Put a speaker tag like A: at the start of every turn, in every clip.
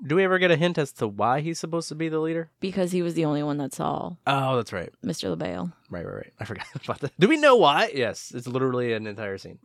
A: Do we ever get a hint as to why he's supposed to be the leader?
B: because he was the only one that saw
A: Oh, that's right.
B: Mr. LeBale.
A: Right, right, right. I forgot about that. Do we know why? Yes, it's literally an entire scene.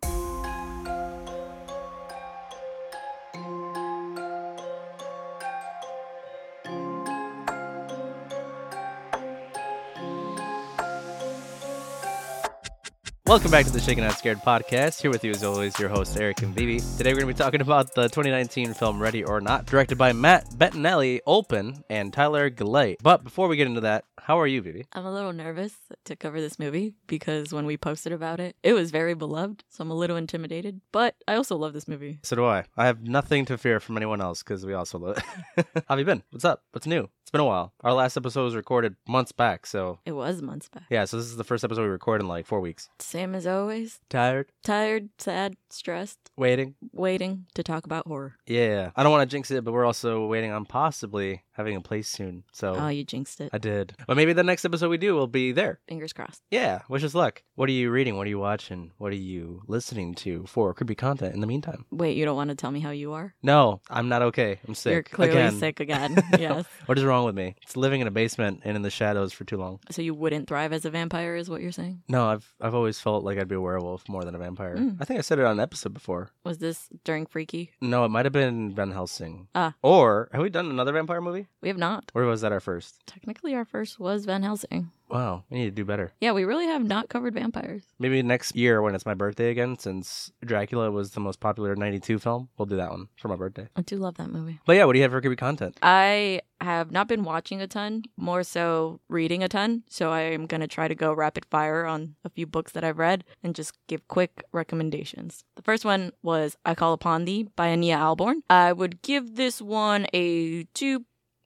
A: Welcome back to the Shaken Not Scared podcast. Here with you, as always, your host, Eric and Bibi. Today, we're going to be talking about the 2019 film Ready or Not, directed by Matt Bettinelli Olpen and Tyler Galay. But before we get into that, how are you, Bibi?
B: I'm a little nervous to cover this movie because when we posted about it, it was very beloved. So I'm a little intimidated, but I also love this movie.
A: So do I. I have nothing to fear from anyone else because we also love it. How have you been? What's up? What's new? It's been a while. Our last episode was recorded months back, so
B: It was months back.
A: yeah. So this is the first episode we record in like four weeks.
B: Same as always.
A: Tired,
B: Tired, sad, stressed,
A: waiting.
B: waiting to talk about horror.
A: Yeah, I don't want to jinx it, but we're also waiting on possibly having a place soon. So
B: Oh, you jinxed it.
A: I did. But maybe the next episode we do will be there.
B: Fingers crossed.
A: Yeah, wish us luck. What are you reading? What are you watching? What are you listening to for creepy content in the meantime?
B: Wait, you don't want to tell me how you are?
A: No, I'm not okay. I'm sick.
B: You're clearly
A: Again.
B: sick again. yes.
A: What is wrong with me? It's living in a basement and in the shadows for too long.
B: So you wouldn't thrive as a vampire, is what you're saying?
A: No, I've I've always felt like I'd be a werewolf more than a vampire.
B: Mm.
A: I think I said it on an episode before.
B: Was this during Freaky?
A: No, it might have been Van Helsing.
B: Ah.
A: Or have we done another vampire movie?
B: We have not.
A: Or was that our first?
B: Technically, our first was Van Helsing.
A: Wow, we need to do better.
B: Yeah, we really have not covered vampires.
A: Maybe next year when it's my birthday again, since Dracula was the most popular '92 film, we'll do that one for my birthday.
B: I do love that movie.
A: But yeah, what do you have for creepy content?
B: I have not been watching a ton, more so reading a ton. So I am going to try to go rapid fire on a few books that I've read and just give quick recommendations. The first one was I Call Upon Thee by Ania Alborn. I would give this one a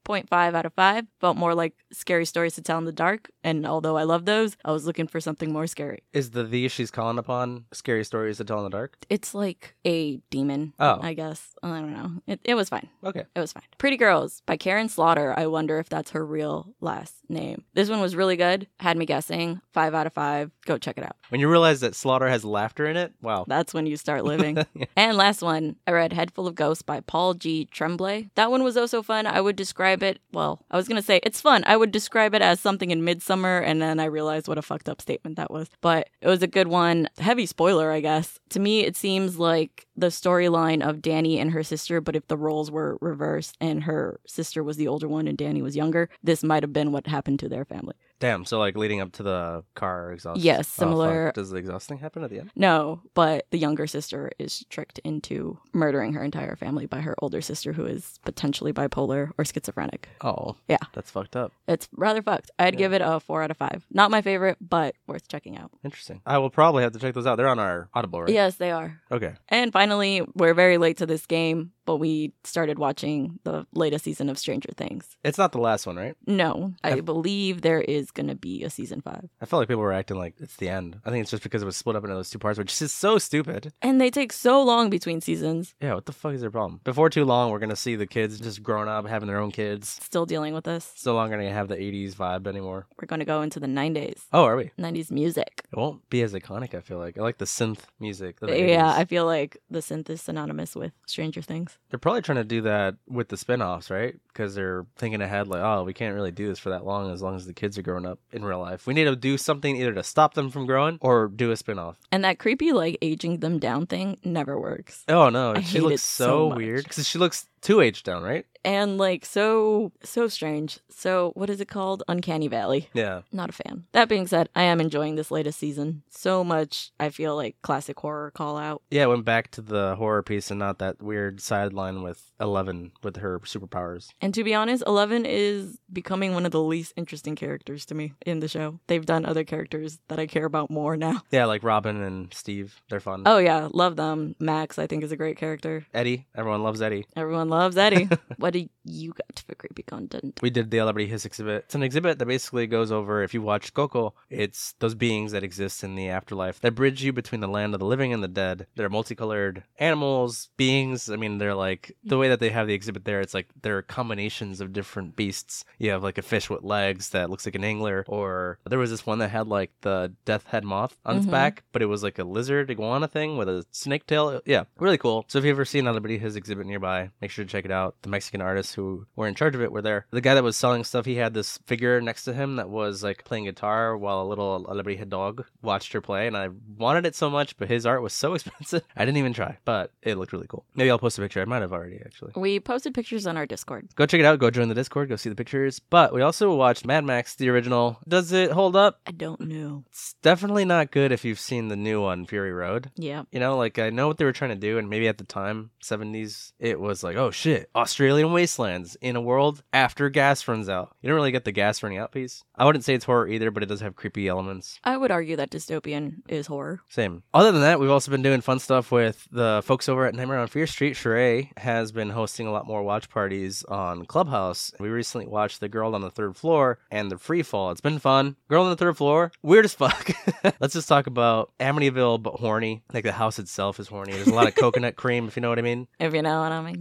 B: 2.5 out of 5. Felt more like scary stories to tell in the dark. And although I love those, I was looking for something more scary.
A: Is the the she's calling upon scary stories to tell in the dark?
B: It's like a demon,
A: Oh.
B: I guess. I don't know. It, it was fine.
A: Okay,
B: It was fine. Pretty Girls by Karen Slaughter. I wonder if that's her real last name. This one was really good. Had me guessing. Five out of five. Go check it out.
A: when you realize that Slaughter has laughter in it, wow.
B: That's when you start living. and last one, I read Head Full of Ghosts by Paul G. Tremblay. That one was also fun. I would describe it, well, I was going to say it's fun. I would describe it as something in midsummer, and then I realized what a fucked up statement that was. But it was a good one. Heavy spoiler, I guess. To me, it seems like the storyline of Danny and her sister, but if the roles were reversed and her sister was the older one and Danny was younger, this might have been what happened to their family.
A: Damn. So like leading up to the car exhaust.
B: Yes,
A: Oh, fuck.
B: similar-
A: Does the exhaust thing happen at the end?
B: No, but the younger sister is tricked into murdering her entire family by her older sister, who is potentially bipolar or schizophrenic.
A: Oh,
B: Yeah.
A: That's fucked up.
B: It's rather fucked. I'd
A: Yeah.
B: give it a four out of five. Not my favorite, but worth checking out.
A: Interesting. I will probably have to check those out. They're on our Audible, right?
B: Yes, they are.
A: Okay.
B: And finally, we're very late to this game, but we started watching the latest season of Stranger Things.
A: It's not the last one, right?
B: No, I
A: I've-
B: believe there is going to be a season five.
A: I felt like people were acting like it's the end. I think it's just because it was split up into those two parts, which is so stupid.
B: And they take so long between seasons,
A: Yeah, what the fuck is their problem? Before too long, we're gonna see the kids just grown up, having their own kids.
B: still dealing with this.
A: It's no longer gonna have the '80s vibe anymore.
B: We're going to go into the 90s,
A: Oh, are we?
B: 90s music.
A: It won't be as iconic. I feel like I like the synth music. of the
B: Yeah,
A: 80s.
B: I feel like the synth is synonymous with Stranger Things.
A: They're probably trying to do that with the spin-offs, right? Because they're thinking ahead, like, oh, we can't really do this for that long as long as the kids are growing up in real life. We need to do something either to stop them from growing or do a spin-off.
B: And that creepy, like, aging them down thing never works.
A: Oh no,
B: I
A: she
B: hate it
A: looks
B: so
A: so,
B: much.
A: weird because she looks too aged down, right?
B: And, like, so, so strange. So, what is it called? Uncanny Valley.
A: Yeah,
B: Not a fan. That being said, I am enjoying this latest season so much. I feel like classic horror call out.
A: yeah. It went back to the horror piece and not that weird sideline with Eleven with her superpowers.
B: And to be honest, Eleven is becoming one of the least interesting characters to me in the show. They've done other characters that I care about more now.
A: Yeah, like Robin and Steve, they're fun.
B: Oh, yeah, love them. Max, I think, is a great character.
A: Eddie, everyone loves Eddie.
B: Everyone loves Eddie. what do you got for creepy content?
A: We did the Celebrity Hiss exhibit. It's an exhibit that basically goes over if you watch Coco, it's those beings that exist in the afterlife that bridge you between the land of the living and the dead. They're multicolored animals, beings. I mean, they're like the way that they have the exhibit there, it's like they're combinations of different beasts. You have like a fish with legs that looks like an angler, or there was this one that had like the death head moth on its
B: Mhm.
A: back, but it was like a lizard iguana thing with a snake tail. Yeah, really cool. So if you've ever seen Celebrity Hiss exhibit nearby, make sure to check it out. The Mexican artist who were in charge of it were there. The guy that was selling stuff, he had this figure next to him that was like playing guitar while a little Alebrija dog watched her play. And I wanted it so much, but his art was so expensive. I didn't even try, but it looked really cool. Maybe I'll post a picture. I might have already actually.
B: We posted pictures on our Discord.
A: Go check it out. Go join the Discord. Go see the pictures. But we also watched Mad Max, the original. Does it hold up?
B: I don't know.
A: It's definitely not good if you've seen the new one, Fury Road.
B: Yeah.
A: You know, like I know what they were trying to do, and maybe at the time, 70s, it was like, oh shit, Australian wastelands in a world after gas runs out. You don't really get the gas running out piece. I wouldn't say it's horror either, but it does have creepy elements.
B: I would argue that dystopian is horror.
A: Same. Other than that, we've also been doing fun stuff with the folks over at Nightmare on Fear Street. Sheree has been hosting a lot more watch parties on Clubhouse. We recently watched The Girl on the Third Floor and The Free Fall. It's been fun. Girl on the Third Floor, weird as fuck. Let's just talk about Amityville, but horny. Like the house itself is horny. There's a lot of coconut cream, if you know what I mean.
B: If you know what I mean.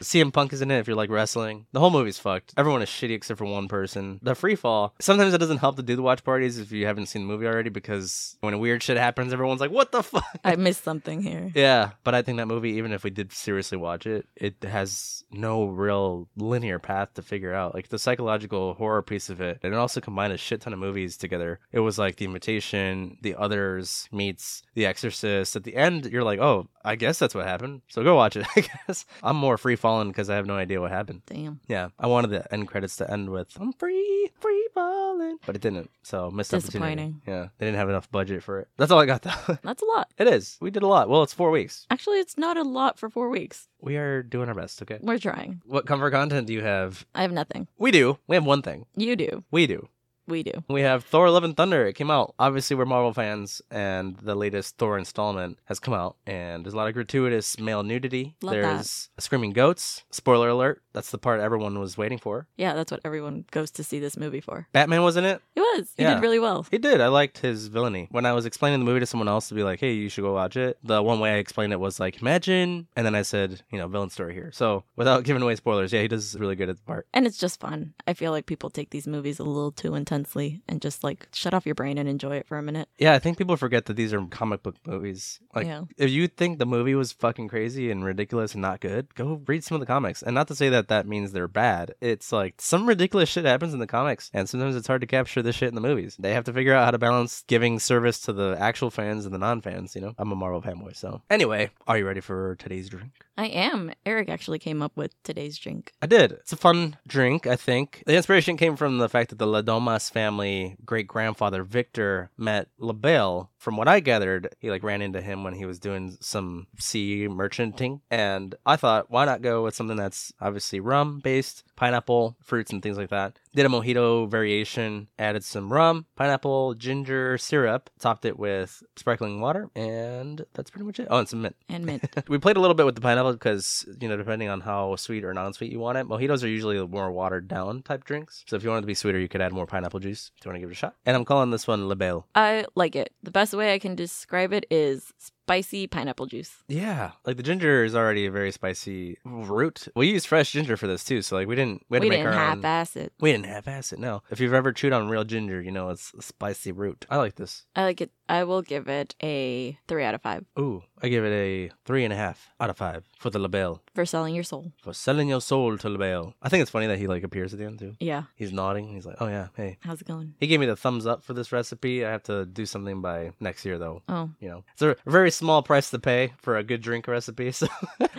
A: CM Punk is in it if you're like wrestling. The whole movie's fucked. Everyone is shitty except for one person. The free fall. Sometimes it doesn't help to do the watch parties if you haven't seen the movie already because when weird shit happens, everyone's like, what the fuck?
B: I missed something here.
A: Yeah, but I think that movie, even if we did seriously watch it, it has no real linear path to figure out. Like the psychological horror piece of it, and it also combined a shit ton of movies together. It was like The Invitation, The Others meets The Exorcist. At the end, you're like, oh, I guess that's what happened. So go watch it. I guess I'm more free falling because I have no idea what happened.
B: Damn.
A: Yeah, I wanted the end credits to end with "I'm free, free falling," but it didn't. So missed opportunity.
B: Disappointing.
A: Yeah, they didn't have enough budget for it. That's all I got though.
B: That's a lot.
A: it is. We did a lot. Well, it's four weeks.
B: Actually, it's not a lot for four weeks.
A: We are doing our best, okay?
B: We're trying.
A: What comfort content do you have?
B: I have nothing.
A: We do. We have one thing.
B: You do.
A: We do.
B: We do.
A: We have Thor Love and Thunder. It came out. Obviously, we're Marvel fans, and the latest Thor installment has come out, and there's a lot of gratuitous male nudity.
B: Love that.
A: there's screaming goats. Spoiler alert. That's the part everyone was waiting for.
B: Yeah, that's what everyone goes to see this movie for.
A: Batman was in it.
B: It was. You
A: Yeah.
B: did really well.
A: He did. I liked his villainy. When I was explaining the movie to someone else to be like, hey, you should go watch it, the one way I explained it was like, imagine. And then I said, you know, villain story here. So without giving away spoilers, yeah, he does really good at the part.
B: And it's just fun. I feel like people take these movies a little too intensely and just like shut off your brain and enjoy it for a minute.
A: Yeah, I think people forget that these are comic book movies. Like,
B: Yeah.
A: if you think the movie was fucking crazy and ridiculous and not good, go read some of the comics. And not to say that that means they're bad. It's like some ridiculous shit happens in the comics, and sometimes it's hard to capture the shit in the movies. They have to figure out how to balance giving service to the actual fans and the non fans, you know? I'm a Marvel fanboy, so. Anyway, are you ready for today's drink?
B: I am. Eric actually came up with today's drink.
A: I did. It's a fun drink, I think. The inspiration came from the fact that the Ladomas family great grandfather Victor met LaBelle. From what I gathered, he like ran into him when he was doing some sea merchanting. And I thought, why not go with something that's obviously rum based, pineapple, fruits, and things like that. Did a mojito variation, added some rum, pineapple, ginger syrup, topped it with sparkling water, and that's pretty much it. Oh, and some mint.
B: And mint.
A: We played a little bit with the pineapple because, you know, depending on how sweet or non sweet you want it, mojitos are usually the more watered down type drinks. So if you want it to be sweeter, you could add more pineapple juice if you want to give it a shot. And I'm calling this one Labelle.
B: I like it. The best way I can describe it is spicy pineapple juice.
A: Yeah. Like the ginger is already a very spicy root. We used fresh ginger for this too. So like we didn't, we had
B: We
A: to make
B: didn't
A: our
B: half
A: own.
B: ass it.
A: we didn't half ass it, no. If you've ever chewed on real ginger, you know it's a spicy root. I like this.
B: I like it. I will give it a three out of five
A: Ooh, I give it a three and a half out of five for the Labelle.
B: for selling your soul.
A: For selling your soul to Labelle. I think it's funny that he like appears at the end too.
B: Yeah.
A: He's nodding. He's like, oh yeah, hey.
B: How's it going?
A: He gave me the thumbs up for this recipe. I have to do something by next year, though.
B: Oh,
A: You know, it's a very small price to pay for a good drink recipe. So,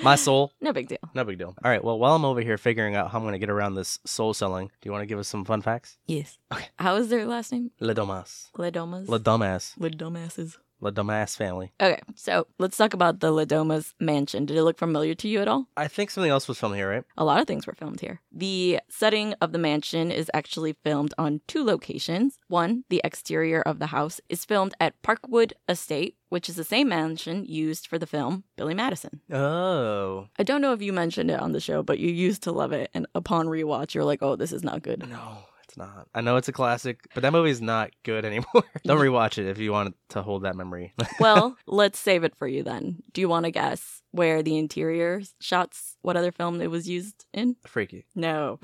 A: my soul,
B: no big deal.
A: no big deal. All right. Well, while I'm over here figuring out how I'm going to get around this soul selling, do you want to give us some fun facts?
B: Yes.
A: Okay.
B: How is their last name?
A: Le Domas.
B: Ledomas?
A: Le Dumbass.
B: Ledomasses.
A: Le Dumbass family.
B: Okay, so let's talk about the Ladoma's mansion. Did it look familiar to you at all?
A: I think something else was filmed here, right?
B: A lot of things were filmed here. The setting of the mansion is actually filmed on two locations. One, the exterior of the house, is filmed at Parkwood Estate, which is the same mansion used for the film Billy Madison.
A: Oh.
B: I don't know if you mentioned it on the show, but you used to love it, and upon rewatch, you're like, oh, this is not good.
A: No, it's not. I know it's a classic, but that movie's not good anymore. Don't rewatch it if you want to hold that memory.
B: well, let's save it for you then. Do you want to guess where the interior shots, what other film it was used in?
A: Freaky.
B: No.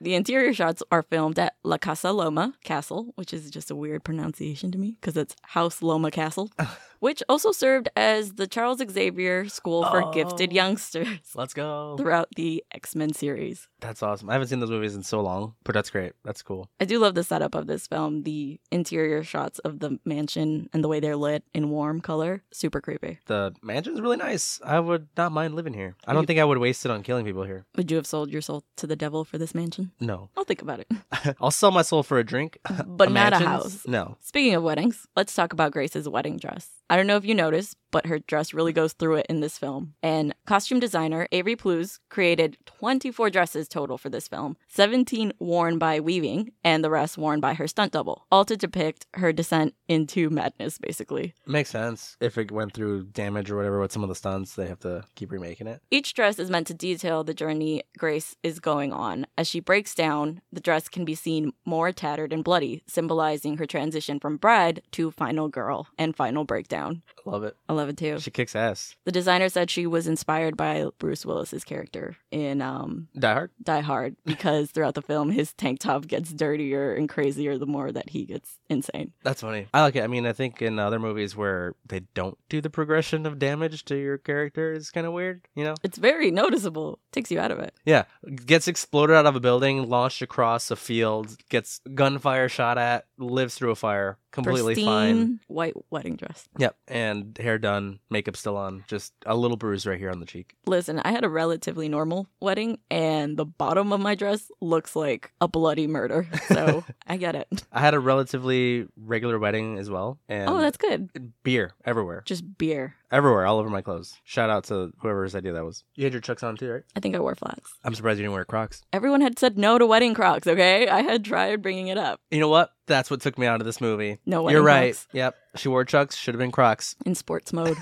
B: the interior shots are filmed at La Casa Loma Castle, which is just a weird pronunciation to me because it's House Loma Castle, which also served as the Charles Xavier School for Gifted
A: Oh.
B: Youngsters
A: Let's go.
B: throughout the X Men series.
A: That's awesome. I haven't seen those movies in so long, but that's great. That's cool.
B: I do love the setup of this film. The interior shots of the mansion and the way they're lit in warm color, super creepy.
A: The mansion's really nice. I would not mind living here. I don't think I would waste it on killing people here.
B: Would you have sold your soul to the devil for this mansion?
A: No.
B: I'll think about it.
A: I'll sell my soul for a drink.
B: But not a
A: mansion's?
B: house.
A: No.
B: Speaking of weddings, let's talk about Grace's wedding dress. I don't know if you noticed, but her dress really goes through it in this film. And costume designer Avery Plews created 24 dresses total for this film 17 worn by Weaving, and the rest worn by her stunt double, all to depict her descent into madness, basically.
A: Makes sense. If it went through damage or whatever with some of the stunts, they have to keep remaking it.
B: Each dress is meant to detail the journey Grace is going on. As she breaks down, the dress can be seen more tattered and bloody, symbolizing her transition from bride to final girl and final breakdown.
A: Love it.
B: I love it too.
A: She kicks ass.
B: The designer said she was inspired by Bruce Willis's character in um,
A: Die Hard.
B: Die Hard because throughout the film, his tank top gets dirtier and crazier the more that he gets insane.
A: That's funny. I like it. I mean, I think in other movies where they don't do the progression of damage to your character is kind of weird, you know?
B: It's very noticeable, takes you out of it.
A: Yeah. Gets exploded out of a building, launched across a field, gets gunfire shot at, lives through a fire, completely
B: Pristine
A: fine.
B: white wedding dress.
A: Yep. And hair done, makeup still on, just a little bruise right here on the cheek.
B: Listen, I had a relatively normal wedding, and the bottom of my dress looks like a bloody murder. So I get it.
A: I had a relatively regular wedding as well. And
B: Oh, that's good.
A: beer everywhere.
B: Just beer.
A: Everywhere, all over my clothes. Shout out to whoever's idea that was. You had your chucks on too, right?
B: I think I wore flats.
A: I'm surprised you didn't wear Crocs.
B: Everyone had said no to wedding crocs, okay? I had tried bringing it up.
A: You know what? That's what took me out of this movie.
B: No wedding
A: You're right.
B: Crocs
A: Yep. She wore Chucks. Should have been Crocs.
B: in sports mode.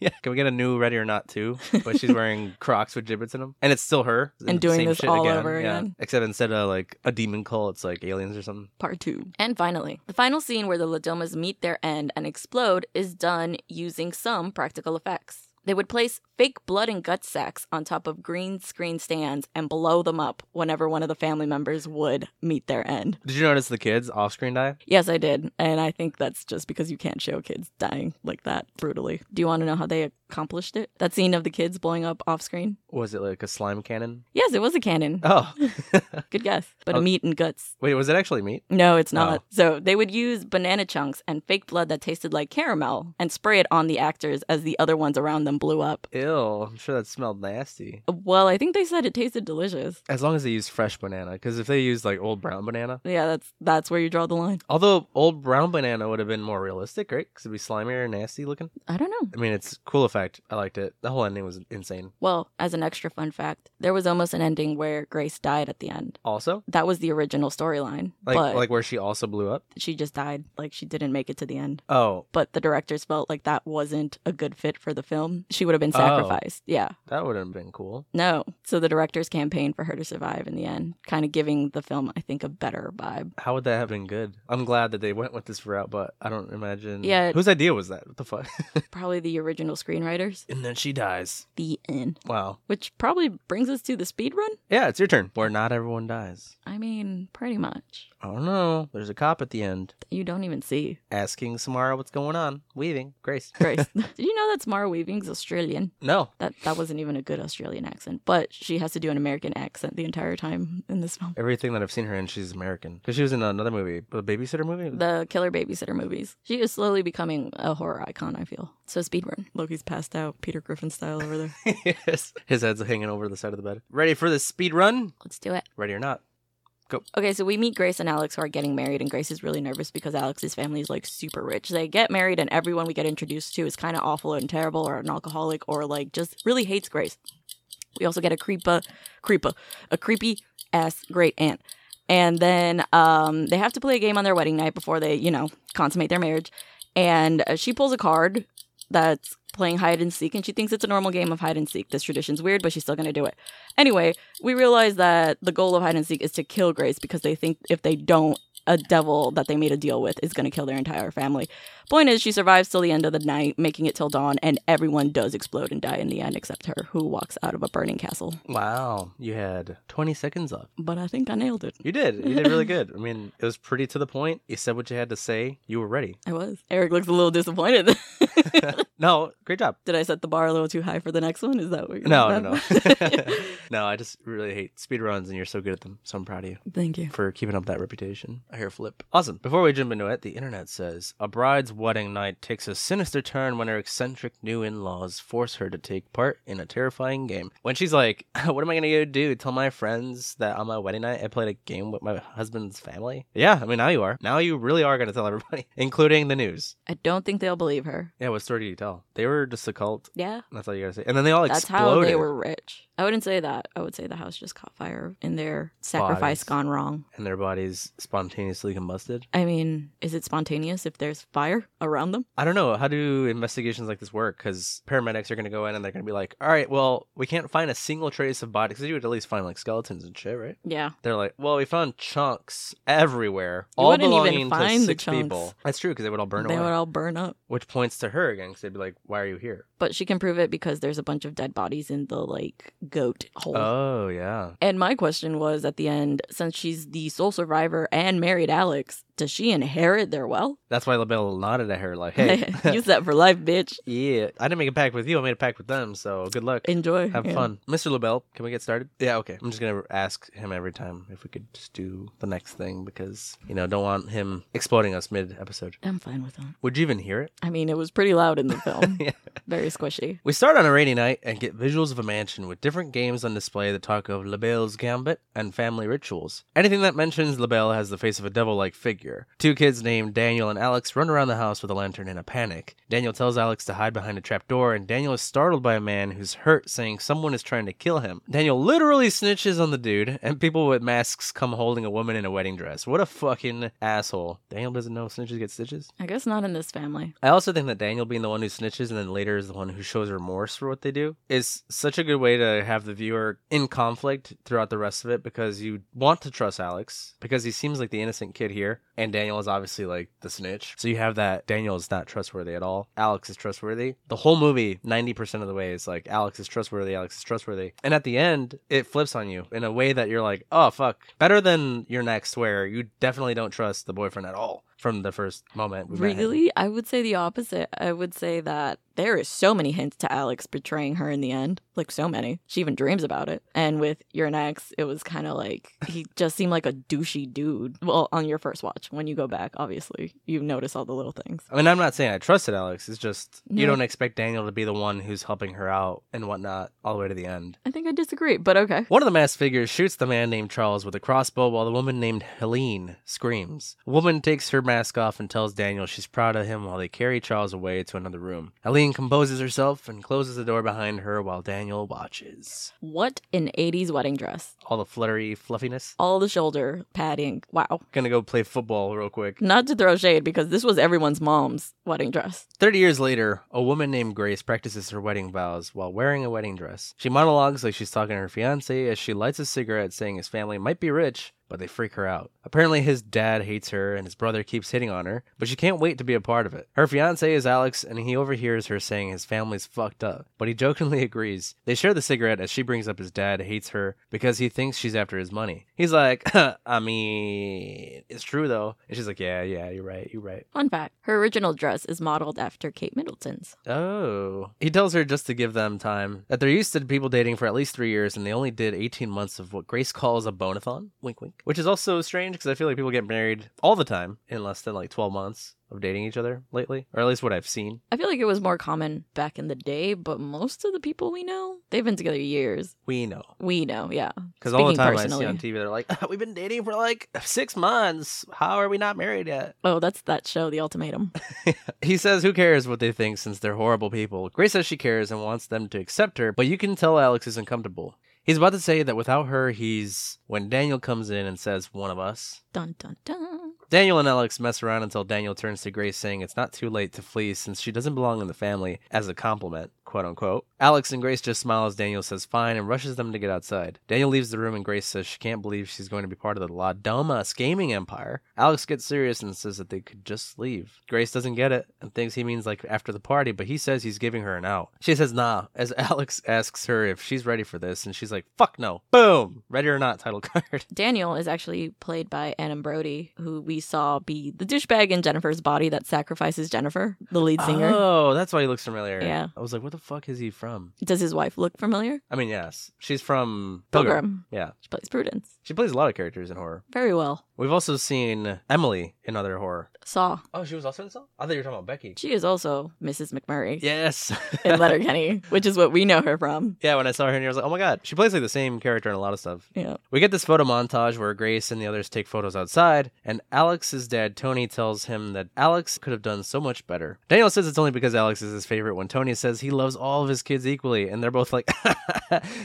A: yeah. Can we get a new Ready or Not too? But she's wearing Crocs with gibbets in them, and it's still her.
B: And doing
A: Same
B: this
A: shit
B: all over again.
A: Except instead of like a demon call, it's like aliens or something.
B: part two. And finally, the final scene where the Ladomas meet their end and explode is done using some practical effects. They would place fake blood and gut sacks on top of green screen stands and blow them up whenever one of the family members would meet their end.
A: Did you notice the kids off screen die?
B: Yes, I did. And I think that's just because you can't show kids dying like that brutally. Do you want to know how they accomplished it? That scene of the kids blowing up off screen?
A: Was it like a slime cannon?
B: Yes, it was a cannon.
A: Oh,
B: Good guess. But
A: Oh.
B: meat and guts
A: wait, was it actually meat?
B: No, it's
A: Oh.
B: not. So they would use banana chunks and fake blood that tasted like caramel and spray it on the actors as the other ones around them blew up.
A: Ill. I'm sure that smelled nasty.
B: Well, I think they said it tasted delicious.
A: As long as they use fresh banana, because if they used like old brown banana,
B: Yeah, that's that's where you draw the line.
A: although old brown banana would have been more realistic, right? Because it'd be slimier and nasty looking.
B: I don't know.
A: I mean, it's cool effect. I liked it. The whole ending was insane.
B: Well, as an extra fun fact, there was almost an ending where Grace died at the end.
A: Also,
B: That was the original storyline,
A: like
B: but
A: like where she also blew up.
B: she just died. Like she didn't make it to the end.
A: Oh,
B: But the directors felt like that wasn't a good fit for the film. She would have been sacrificed. Yeah.
A: that would have been cool.
B: No. So the directors campaigned for her to survive in the end, kind of giving the film, I think, a better vibe.
A: How would that have been good? I'm glad that they went with this route, but I don't imagine.
B: Yeah.
A: Whose idea was that? What the fuck?
B: Probably the original screenwriters.
A: and then she dies.
B: The end.
A: Wow.
B: Which probably brings us to the speed run.
A: Yeah, it's your turn. Where not everyone dies.
B: I mean, pretty much.
A: I don't know. There's a cop at the end
B: You don't even see
A: asking Samara what's going on. Weaving. Grace.
B: Grace. Did you know that Samara Weaving's Australian?
A: No.
B: That that wasn't even a good Australian accent, but she has to do an American accent the entire time in this film.
A: Everything that I've seen her in, she's American. Because she was in another movie, the babysitter movie.
B: The killer babysitter movies. She is slowly becoming a horror icon, I feel. So speed run. Loki's passed out, Peter Griffin style over there.
A: yes. His head's hanging over the side of the bed. Ready for the speed run?
B: Let's do it.
A: Ready or not?
B: Okay, so we meet Grace and Alex who are getting married, and Grace is really nervous because Alex's family is like super rich. They get married, and everyone we get introduced to is kind of awful and terrible, or an alcoholic, or like just really hates Grace. We also get a creepa, creepa, a creepy ass great aunt, and then um, they have to play a game on their wedding night before they, you know, consummate their marriage. And uh, she pulls a card that's playing hide and seek, and she thinks it's a normal game of hide and seek. This tradition's weird, but she's still gonna do it. Anyway, we realize that the goal of hide and seek is to kill Grace because they think if they don't, a devil that they made a deal with is going to kill their entire family. Point is, she survives till the end of the night, making it till dawn, and everyone does explode and die in the end except her, who walks out of a burning castle.
A: Wow, you had 20 seconds left.
B: But I think I nailed it.
A: You did. You did really good. I mean, it was pretty to the point. You said what you had to say. You were ready.
B: I was. Eric looks a little disappointed.
A: no, great job.
B: Did I set the bar a little too high for the next one? Is that what you're
A: No,
B: talking
A: no,
B: about?
A: no. no, I just really hate speed runs, and you're so good at them. So I'm proud of you
B: Thank you.
A: for keeping up that reputation. I hear flip. Awesome. Before we jump into it, the internet says a bride's wedding night takes a sinister turn when her eccentric new in-laws force her to take part in a terrifying game. When she's like, "What am I gonna go do? Tell my friends that on my wedding night I played a game with my husband's family?" Yeah, I mean now you are. Now you really are gonna tell everybody, including the news.
B: I don't think they'll believe her.
A: Yeah, what story do you tell? They were just a cult.
B: Yeah.
A: That's all you gotta say. And then they all
B: That's
A: exploded.
B: how they were rich. I wouldn't say that. I would say the house just caught fire and their
A: Bodies.
B: sacrifice gone wrong.
A: and their bodies spontaneously combusted.
B: I mean, is it spontaneous if there's fire around them?
A: I don't know. How do investigations like this work? Because paramedics are going to go in and they're going to be like, all right, well, we can't find a single trace of bodies. Because you would at least find like skeletons and shit, right?
B: Yeah.
A: They're like, well, we found chunks everywhere,
B: You
A: all
B: wouldn't
A: belonging
B: even find
A: to
B: the
A: six
B: chunks.
A: people. That's true, because they would all burn
B: they
A: away.
B: would all burn up.
A: Which points to her again, because they'd be like, why are you here?
B: But she can prove it because there's a bunch of dead bodies in the like goat hole.
A: Oh, yeah.
B: And my question was at the end, since she's the sole survivor and married Alex, does she inherit their wealth?
A: That's why LaBelle nodded at her like, hey.
B: Use that for life, bitch.
A: yeah, I didn't make a pact with you. I made a pact with them, so good luck.
B: Enjoy.
A: Have
B: Yeah.
A: fun. Mr. LaBelle, can we get started? Yeah, okay. I'm just going to ask him every time if we could just do the next thing because, you know, don't want him exploding us mid episode.
B: I'm fine with that.
A: Would you even hear it?
B: I mean, it was pretty loud in the film.
A: Yeah.
B: Very squishy.
A: We start on a rainy night and get visuals of a mansion with different games on display that talk of LaBelle's gambit and family rituals. Anything that mentions LaBelle has the face of a devil like figure. Two kids named Daniel and Alex run around the house with a lantern in a panic. Daniel tells Alex to hide behind a trapdoor, and Daniel is startled by a man who's hurt saying someone is trying to kill him. Daniel literally snitches on the dude, and people with masks come holding a woman in a wedding dress. What a fucking asshole. Daniel doesn't know snitches get stitches?
B: I guess not in this family.
A: I also think that Daniel being the one who snitches and then later is the one who shows remorse for what they do is such a good way to have the viewer in conflict throughout the rest of it because you want to trust Alex because he seems like the innocent kid here and Daniel is obviously like the snitch. So you have that Daniel is not trustworthy at all. Alex is trustworthy. The whole movie, 90% of the way is like Alex is trustworthy, Alex is trustworthy. And at the end, it flips on you in a way that you're like, "Oh fuck." Better than your next where you definitely don't trust the boyfriend at all from the first moment. we met him.
B: Really? I would say the opposite. I would say that there is so many hints to Alex betraying her in the end. Like so many. She even dreams about it. And with your next, it was kind of like he just seemed like a douchey dude. Well, on your first watch, when you go back, obviously, you notice all the little things.
A: I mean, I'm not saying I trusted Alex. It's just you
B: No.
A: don't expect Daniel to be the one who's helping her out and whatnot all the way to the end.
B: I think I disagree, but okay.
A: One of the masked figures shoots the man named Charles with a crossbow while the woman named Helene screams. A woman takes her mask off and tells Daniel she's proud of him while they carry Charles away to another room. Helene composes herself and closes the door behind her while Daniel watches.
B: What an 80s wedding dress.
A: All the fluttery fluffiness.
B: All the shoulder padding. Wow.
A: Gonna go play football real quick.
B: Not to throw shade because this was everyone's mom's wedding dress.
A: 30 years later, a woman named Grace practices her wedding vows while wearing a wedding dress. She monologues like she's talking to her fiance as she lights a cigarette, saying his family might be rich, but they freak her out. Apparently, his dad hates her and his brother keeps hitting on her, but she can't wait to be a part of it. Her fiance is Alex, and he overhears her saying his family's fucked up, but he jokingly agrees. They share the cigarette as she brings up his dad hates her because he thinks she's after his money. He's like, I mean, it's true though. And she's like, Yeah, yeah, you're right, you're right.
B: Fun fact her original dress is modeled after Kate Middleton's.
A: Oh. He tells her just to give them time that they're used to people dating for at least three years and they only did 18 months of what Grace calls a bonathon. Wink, wink. Which is also strange because I feel like people get married all the time in less than like 12 months of dating each other lately, or at least what I've seen.
B: I feel like it was more common back in the day, but most of the people we know, they've been together years.
A: We know.
B: We know, yeah.
A: Because all the
B: Speaking
A: time
B: personally.
A: I see on TV, they're like, we've been dating for like six months. How are we not married yet?
B: Oh, that's that show, The Ultimatum.
A: He says, Who cares what they think since they're horrible people? Grace says she cares and wants them to accept her, but you can tell Alex isn't comfortable. He's about to say that without her, he's. When Daniel comes in and says, One of us.
B: dun dun dun.
A: Daniel and Alex mess around until Daniel turns to Grace, saying it's not too late to flee since she doesn't belong in the family as a compliment. quote unquote. Alex and Grace just smile as Daniel says fine and rushes them to get outside. Daniel leaves the room and Grace says she can't believe she's going to be part of the La Doma's gaming empire. Alex gets serious and says that they could just leave. Grace doesn't get it and thinks he means like after the party, but he says he's giving her an out. She says nah, as Alex asks her if she's ready for this, and she's like, fuck no. Boom! Ready or not title card.
B: Daniel is actually played by Adam Brody, who we saw be the douchebag in Jennifer's body that sacrifices Jennifer, the lead singer.
A: Oh, that's why he looks familiar.
B: Yeah.
A: I was like, where the fuck is he from?
B: Does his wife look familiar?
A: I mean, yes. She's from Pilgrim.
B: Pilgrim.
A: Yeah.
B: She plays Prudence.
A: She plays a lot of characters in horror.
B: Very well.
A: We've also seen Emily in other horror.
B: Saw.
A: Oh, she was also in Saw? I thought you were talking about Becky.
B: She is also Mrs. McMurray
A: Yes.
B: in Letterkenny, which is what we know her from.
A: yeah, when I saw her in here, I was like, oh my God. She plays like the same character in a lot of stuff.
B: Yeah.
A: We get this photo montage where Grace and the others take photos outside, and Alex's dad, Tony, tells him that Alex could have done so much better. Daniel says it's only because Alex is his favorite when Tony says he loves all of his kids equally, and they're both like,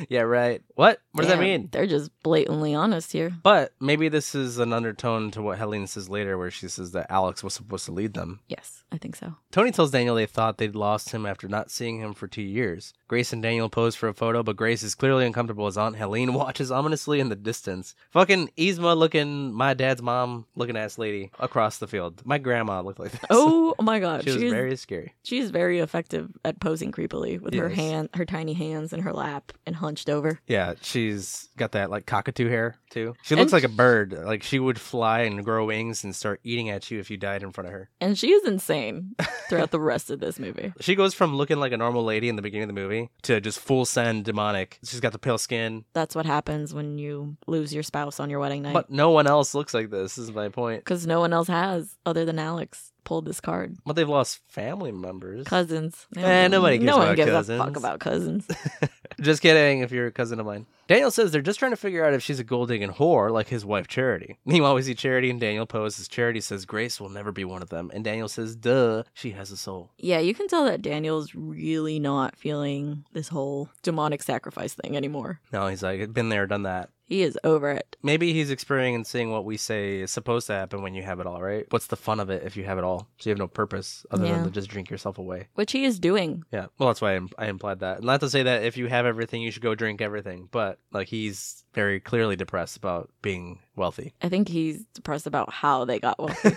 A: yeah, right. What? What does that
B: Damn,
A: mean?
B: They're just blatantly honest here.
A: But maybe this is an undertone to what Helene says later, where she says that Alex was supposed to lead them.
B: Yes, I think so.
A: Tony tells Daniel they thought they'd lost him after not seeing him for two years. Grace and Daniel pose for a photo, but Grace is clearly uncomfortable as Aunt Helene watches ominously in the distance. Fucking Yzma looking, my dad's mom looking ass lady across the field. My grandma looked like this.
B: Oh my god.
A: she was
B: she's
A: very scary.
B: she's very effective at posing creepily with her
A: Yes.
B: hand her tiny hands in her lap and hunched over.
A: Yeah, she's got that like cockatoo hair too. She looks
B: And-
A: like a bird. Like she would fly and grow wings and start eating at you if you died in front of her.
B: And she is insane throughout the rest of this movie.
A: She goes from looking like a normal lady in the beginning of the movie to just full send demonic. She's got the pale skin,
B: That's what happens when you lose your spouse on your wedding night.
A: But no one else looks like this. Is my point.
B: Because no one else has, other than Alex, pulled this card.
A: But they've lost family members.
B: Cousins. They
A: Eh,
B: don't-
A: nobody cares
B: no one
A: about
B: gives
A: cousins.
B: a fuck about cousins.
A: just kidding. If you're a cousin of mine, Daniel says they're just trying to figure out if she's a gold digging whore like his wife Charity. Meanwhile, we see Charity and Daniel pose as Charity says Grace will never be one of them, and Daniel says, "Duh, she has a soul."
B: yeah, you can tell that Daniel's really not feeling this whole demonic sacrifice thing anymore.
A: No, he's like, "Been there, done that."
B: He is over it.
A: Maybe he's experiencing what we say is supposed to happen when you have it all, right? What's the fun of it if you have it all? So you have no purpose other
B: Yeah.
A: than to just drink yourself away.
B: Which he is doing.
A: Yeah, well, that's why I, im- I implied that. Not to say that if you have everything, you should go drink everything, but like he's very clearly depressed about being wealthy.
B: I think he's depressed about how they got wealthy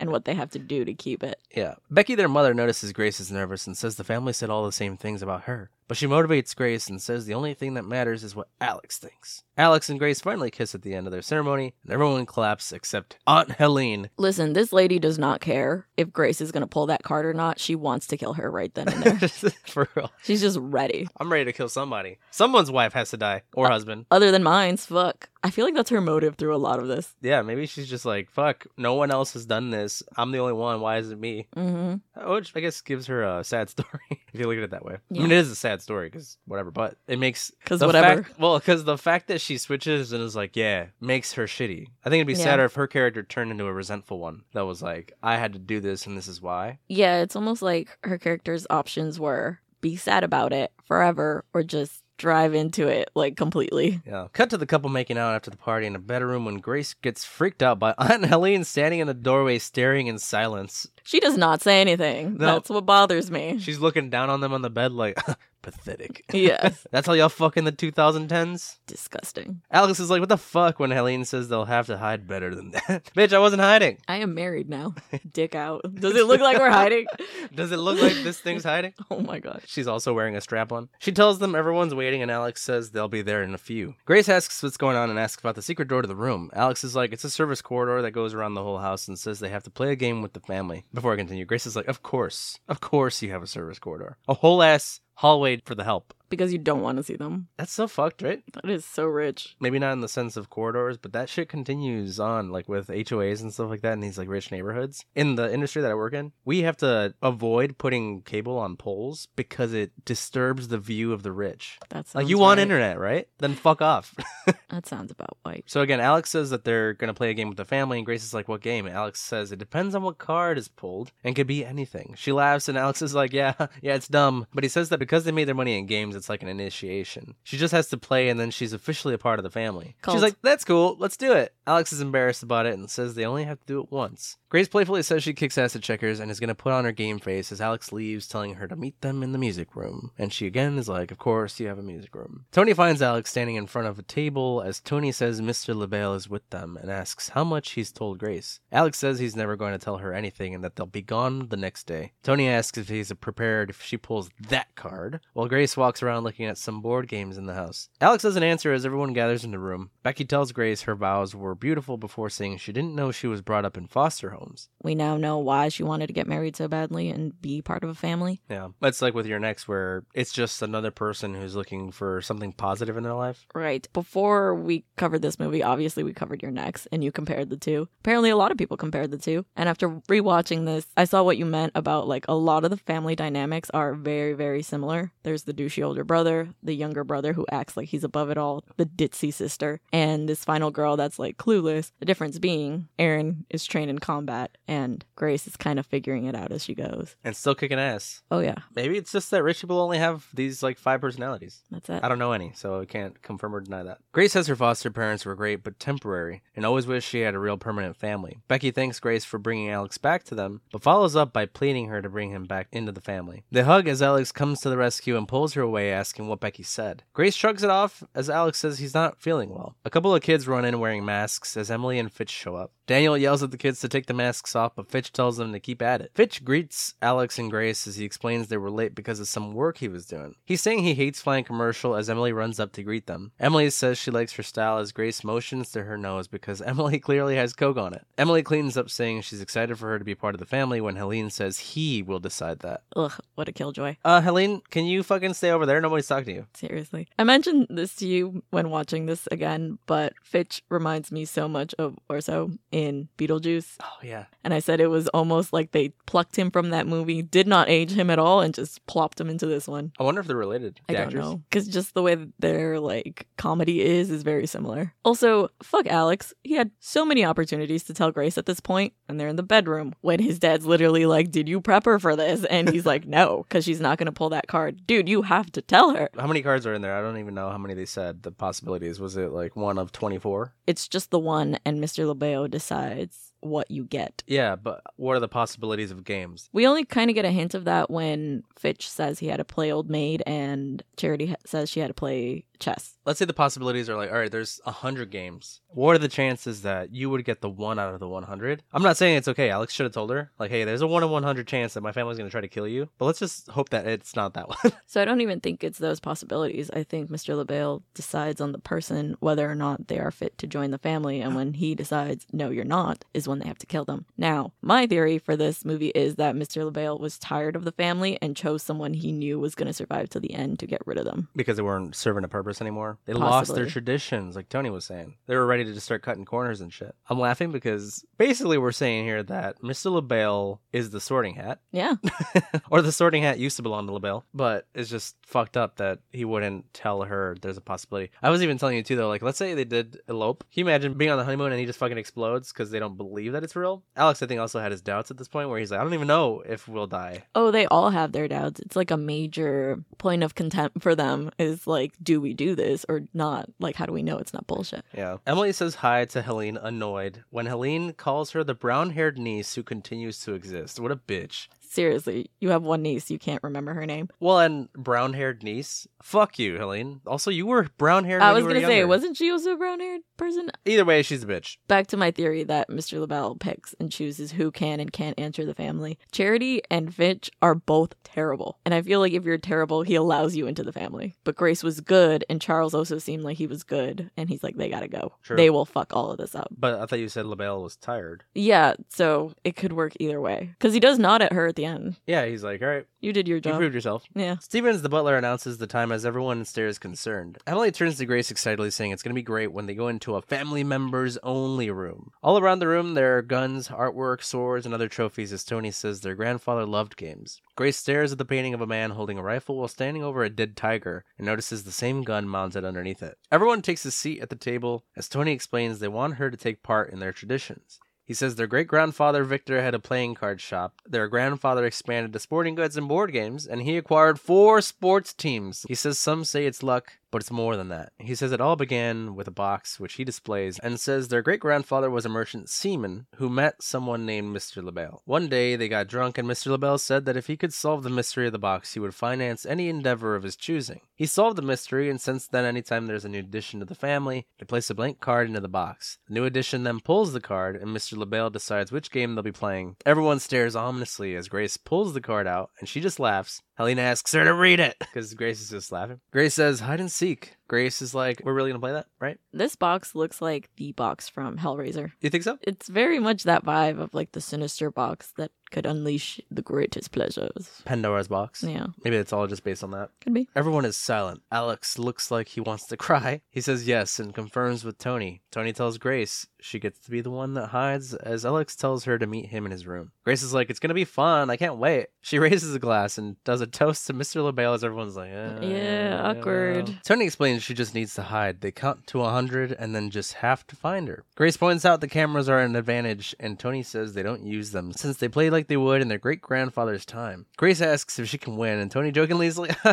B: and what they have to do to keep it.
A: yeah. Becky, their mother, notices Grace is nervous and says the family said all the same things about her, but she motivates Grace and says the only thing that matters is what Alex thinks. Alex and Grace finally kiss at the end of their ceremony, and everyone claps except Aunt Helene.
B: Listen, this lady does not care if Grace is going to pull that card or not. She wants to kill her right then and there.
A: For real.
B: She's just ready.
A: I'm ready to kill somebody. Someone's wife has to die or husband.
B: Other than mine's, fuck. I feel like that's her motive through a lot of this.
A: Yeah, maybe she's just like, fuck, no one else has done this. I'm the only one. Why is it me?
B: Mm-hmm.
A: Uh, Which I guess gives her a sad story if you look at it that way. I
B: Yeah.
A: mean, it is a sad story because whatever, but it makes
B: Because
A: the
B: whatever.
A: Fact, well, because the fact that she switches and is like, yeah, makes her shitty. I think it'd be
B: Yeah.
A: sadder if her character turned into a resentful one that was like, I had to do this and this is why.
B: Yeah, it's almost like her character's options were be sad about it forever or just drive into it like completely.
A: Yeah. Cut to the couple making out after the party in a bedroom when Grace gets freaked out by Aunt Helene standing in the doorway staring in silence.
B: She does not say anything.
A: No.
B: That's what bothers me.
A: She's looking down on them on the bed like, pathetic.
B: yes.
A: That's how y'all fuck in the 2010s?
B: Disgusting.
A: Alex is like, what the fuck when Helene says they'll have to hide better than that? Bitch, I wasn't hiding.
B: I am married now. Dick out. Does it look like we're hiding?
A: Does it look like this thing's hiding?
B: Oh my god.
A: She's also wearing a strap on. She tells them everyone's waiting, and Alex says they'll be there in a few. Grace asks what's going on and asks about the secret door to the room. Alex is like, it's a service corridor that goes around the whole house and says they have to play a game with the family. Before I continue, Grace is like, of course. Of course you have a service corridor. A whole ass hallway for the help.
B: Because you don't want to see them.
A: That's so fucked, right?
B: That is so rich.
A: maybe not in the sense of corridors, but that shit continues on, like with HOAs and stuff like that in these like rich neighborhoods. In the industry that I work in, we have to avoid putting cable on poles because it disturbs the view of the rich.
B: That's
A: Like you want internet, right? Then fuck off.
B: That sounds about right.
A: So again, Alex says that they're going to play a game with the family, and Grace is like, What game? And Alex says, It depends on what card is pulled and could be anything. She laughs, and Alex is like, Yeah, yeah, it's dumb. But he says that because they made their money in games, it's like an initiation. She just has to play, and then she's officially a part of the family.
B: Cult.
A: She's like, That's cool. Let's do it. Alex is embarrassed about it and says they only have to do it once. Grace playfully says she kicks ass at checkers and is going to put on her game face as Alex leaves, telling her to meet them in the music room. And she again is like, Of course, you have a music room. Tony finds Alex standing in front of a table as Tony says Mr. LaBelle is with them and asks how much he's told Grace. Alex says he's never going to tell her anything and that they'll be gone the next day. Tony asks if he's prepared if she pulls that card, while Grace walks around looking at some board games in the house. Alex doesn't answer as everyone gathers in the room. Becky tells Grace her vows were beautiful before saying she didn't know she was brought up in foster homes.
B: We now know why she wanted to get married so badly and be part of a family.
A: Yeah, that's like with your next, where it's just another person who's looking for something positive in their life.
B: Right. Before we covered this movie, obviously we covered Your Next and you compared the two. Apparently, a lot of people compared the two. And after rewatching this, I saw what you meant about like a lot of the family dynamics are very, very similar. There's the douchey older brother, the younger brother who acts like he's above it all, the ditzy sister, and this final girl that's like clueless. The difference being Aaron is trained in combat and Grace is kind of figuring it out as she goes.
A: And still kicking ass.
B: Oh, yeah.
A: Maybe it's just that rich people only have these like five personalities.
B: That's it.
A: I don't know any, so I can't confirm or deny that. Grace says her foster parents were great but temporary, and always wished she had a real permanent family. Becky thanks Grace for bringing Alex back to them, but follows up by pleading her to bring him back into the family. They hug as Alex comes to the rescue and pulls her away, asking what Becky said. Grace shrugs it off as Alex says he's not feeling well. A couple of kids run in wearing masks as Emily and Fitch show up. Daniel yells at the kids to take the masks off, but Fitch tells them to keep at it. Fitch greets Alex and Grace as he explains they were late because of some work he was doing. He's saying he hates flying commercial as Emily runs up to greet them. Emily says she likes her style as Grace motions to her nose because Emily clearly has Coke on it. Emily cleans up saying she's excited for her to be part of the family when Helene says he will decide that.
B: Ugh, what a killjoy.
A: Uh, Helene, can you fucking stay over there? Nobody's talking to you.
B: Seriously. I mentioned this to you when watching this again, but Fitch reminds me so much of Orso in Beetlejuice.
A: Oh, yeah.
B: And I said it was almost like they plucked him from that movie, did not age him at all, and just plopped him into this one.
A: I wonder if they're related.
B: I
A: the
B: don't
A: actors.
B: know. Because just the way that their like comedy is is very similar. Also, fuck Alex. He had so many opportunities to tell Grace at this point, and they're in the bedroom when his dad's literally like, Did you prep her for this? And he's like, No, because she's not gonna pull that card. Dude, you have to tell her.
A: How many cards are in there? I don't even know how many they said the possibilities. Was it like one of 24?
B: It's just the one, and Mr. LeBeo decides what you get.
A: Yeah, but what are the possibilities of games?
B: We only kind of get a hint of that when Fitch says he had to play Old Maid and Charity ha- says she had to play chess.
A: Let's say the possibilities are like, all right, there's 100 games. What are the chances that you would get the one out of the 100? I'm not saying it's okay. Alex should have told her, like, hey, there's a one in 100 chance that my family's going to try to kill you. But let's just hope that it's not that one.
B: So I don't even think it's those possibilities. I think Mr. LaBelle decides on the person whether or not they are fit to join the family. And when he decides, no, you're not, is when they have to kill them. Now, my theory for this movie is that Mr. LaBelle was tired of the family and chose someone he knew was going to survive to the end to get rid of them.
A: because they weren't serving a purpose anymore. They lost their
B: Possibly.
A: traditions, like Tony was saying. They were ready to just start cutting corners and shit. I'm laughing because basically we're saying here that Mr. LaBelle is the sorting hat.
B: Yeah.
A: or the sorting hat used to belong to LaBelle, but it's just fucked up that he wouldn't tell her there's a possibility. I was even telling you too though, like let's say they did elope. Can you imagine being on the honeymoon and he just fucking explodes because they don't believe that it's real? Alex, I think, also had his doubts at this point where he's like, I don't even know if we'll die.
B: Oh, they all have their doubts. It's like a major point of contempt for them is like, do we do this or not? Like, how do we know it's not bullshit?
A: Yeah. Emily says hi to Helene, annoyed, when Helene calls her the brown haired niece who continues to exist. What a bitch.
B: Seriously, you have one niece, you can't remember her name.
A: Well, and brown haired niece? Fuck you, Helene. Also, you were brown haired.
B: I was
A: going
B: gonna
A: to
B: say, wasn't she also a brown haired person?
A: Either way, she's a bitch.
B: Back to my theory that Mr. LaBelle picks and chooses who can and can't enter the family. Charity and Fitch are both terrible. And I feel like if you're terrible, he allows you into the family. But Grace was good, and Charles also seemed like he was good. And he's like, they gotta go.
A: True.
B: They will fuck all of this up.
A: But I thought you said LaBelle was tired.
B: Yeah, so it could work either way. Because he does nod at her at the end.
A: Yeah, he's like, all right,
B: You did your
A: you
B: job.
A: proved yourself.
B: yeah.
A: Stevens, the butler, announces the time as everyone stares concerned. Emily turns to Grace excitedly, saying it's going to be great when they go into a family members only room. All around the room, there are guns, artwork, swords, and other trophies as Tony says their grandfather loved games. Grace stares at the painting of a man holding a rifle while standing over a dead tiger and notices the same gun mounted underneath it. Everyone takes a seat at the table as Tony explains they want her to take part in their traditions. He says their great grandfather Victor had a playing card shop. Their grandfather expanded to sporting goods and board games, and he acquired four sports teams. He says some say it's luck, but it's more than that. He says it all began with a box which he displays, and says their great grandfather was a merchant seaman who met someone named Mr. LaBelle. One day they got drunk, and Mr. LaBelle said that if he could solve the mystery of the box, he would finance any endeavor of his choosing. He solved the mystery, and since then, anytime there's a new addition to the family, they place a blank card into the box. The new addition then pulls the card, and Mr. LaBelle decides which game they'll be playing. Everyone stares ominously as Grace pulls the card out, and she just laughs. Helena asks her to read it because Grace is just laughing. Grace says, hide and seek. Grace is like, we're really going to play that, right?
B: This box looks like the box from Hellraiser.
A: You think so?
B: It's very much that vibe of like the sinister box that could unleash the greatest pleasures.
A: Pandora's box.
B: Yeah,
A: Maybe it's all just based on that.
B: could be.
A: Everyone is silent. Alex looks like he wants to cry. He says yes and confirms with Tony. Tony tells Grace she gets to be the one that hides as Alex tells her to meet him in his room. Grace is like, It's gonna be fun. I can't wait. She raises a glass and does a toast to Mr. LaBelle as everyone's like, "Uh,
B: Yeah,
A: well."
B: awkward.
A: Tony explains she just needs to hide. They count to 100 and then just have to find her. Grace points out the cameras are an advantage, and Tony says they don't use them since they play like they would in their great grandfather's time. Grace asks if she can win, and Tony jokingly is like,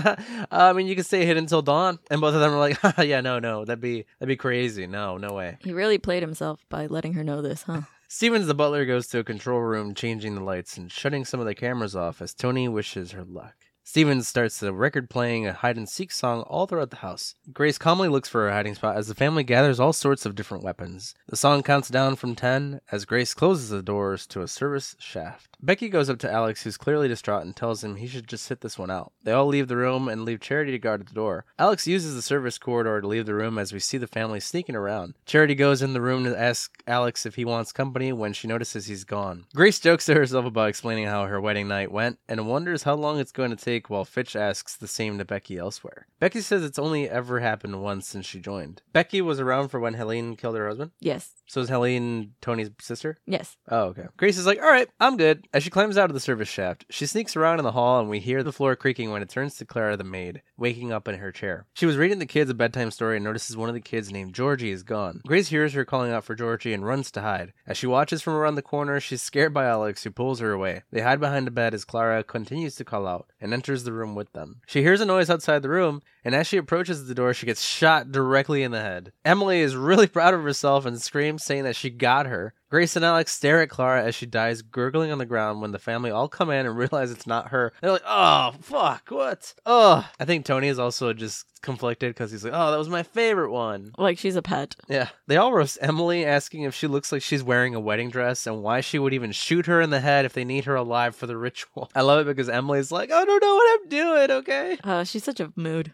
A: "I mean, you can stay hid until dawn." And both of them are like, "Yeah, no, no, that'd be that'd be crazy. No, no way."
B: He really played himself by letting her know this, huh?
A: Stevens the butler goes to a control room, changing the lights and shutting some of the cameras off as Tony wishes her luck. Stevens starts the record playing a hide and seek song all throughout the house. Grace calmly looks for her hiding spot as the family gathers all sorts of different weapons. The song counts down from 10 as Grace closes the doors to a service shaft. Becky goes up to Alex, who's clearly distraught, and tells him he should just sit this one out. They all leave the room and leave Charity to guard the door. Alex uses the service corridor to leave the room as we see the family sneaking around. Charity goes in the room to ask Alex if he wants company when she notices he's gone. Grace jokes to herself about explaining how her wedding night went and wonders how long it's going to take while Fitch asks the same to Becky elsewhere. Becky says it's only ever happened once since she joined. Becky was around for when Helene killed her husband.
B: Yes,
A: So is Helene Tony's sister?
B: yes.
A: Oh, okay. Grace is like, all right, I'm good. As she climbs out of the service shaft, she sneaks around in the hall and we hear the floor creaking when it turns to Clara the maid, waking up in her chair. She was reading the kids a bedtime story and notices one of the kids named Georgie is gone. Grace hears her calling out for Georgie and runs to hide. As she watches from around the corner, she's scared by Alex, who pulls her away. They hide behind a bed as Clara continues to call out and enters the room with them. She hears a noise outside the room, and as she approaches the door, she gets shot directly in the head. Emily is really proud of herself and screams, saying that she got her. Grace and Alex stare at Clara as she dies, gurgling on the ground when the family all come in and realize it's not her. They're like, oh, fuck, what? Oh. I think Tony is also just conflicted because he's like, oh, that was my favorite one.
B: Like she's a pet.
A: Yeah. They all roast Emily, asking if she looks like she's wearing a wedding dress and why she would even shoot her in the head if they need her alive for the ritual. I love it because Emily's like, I don't know what I'm doing, okay?
B: Uh, she's such a mood.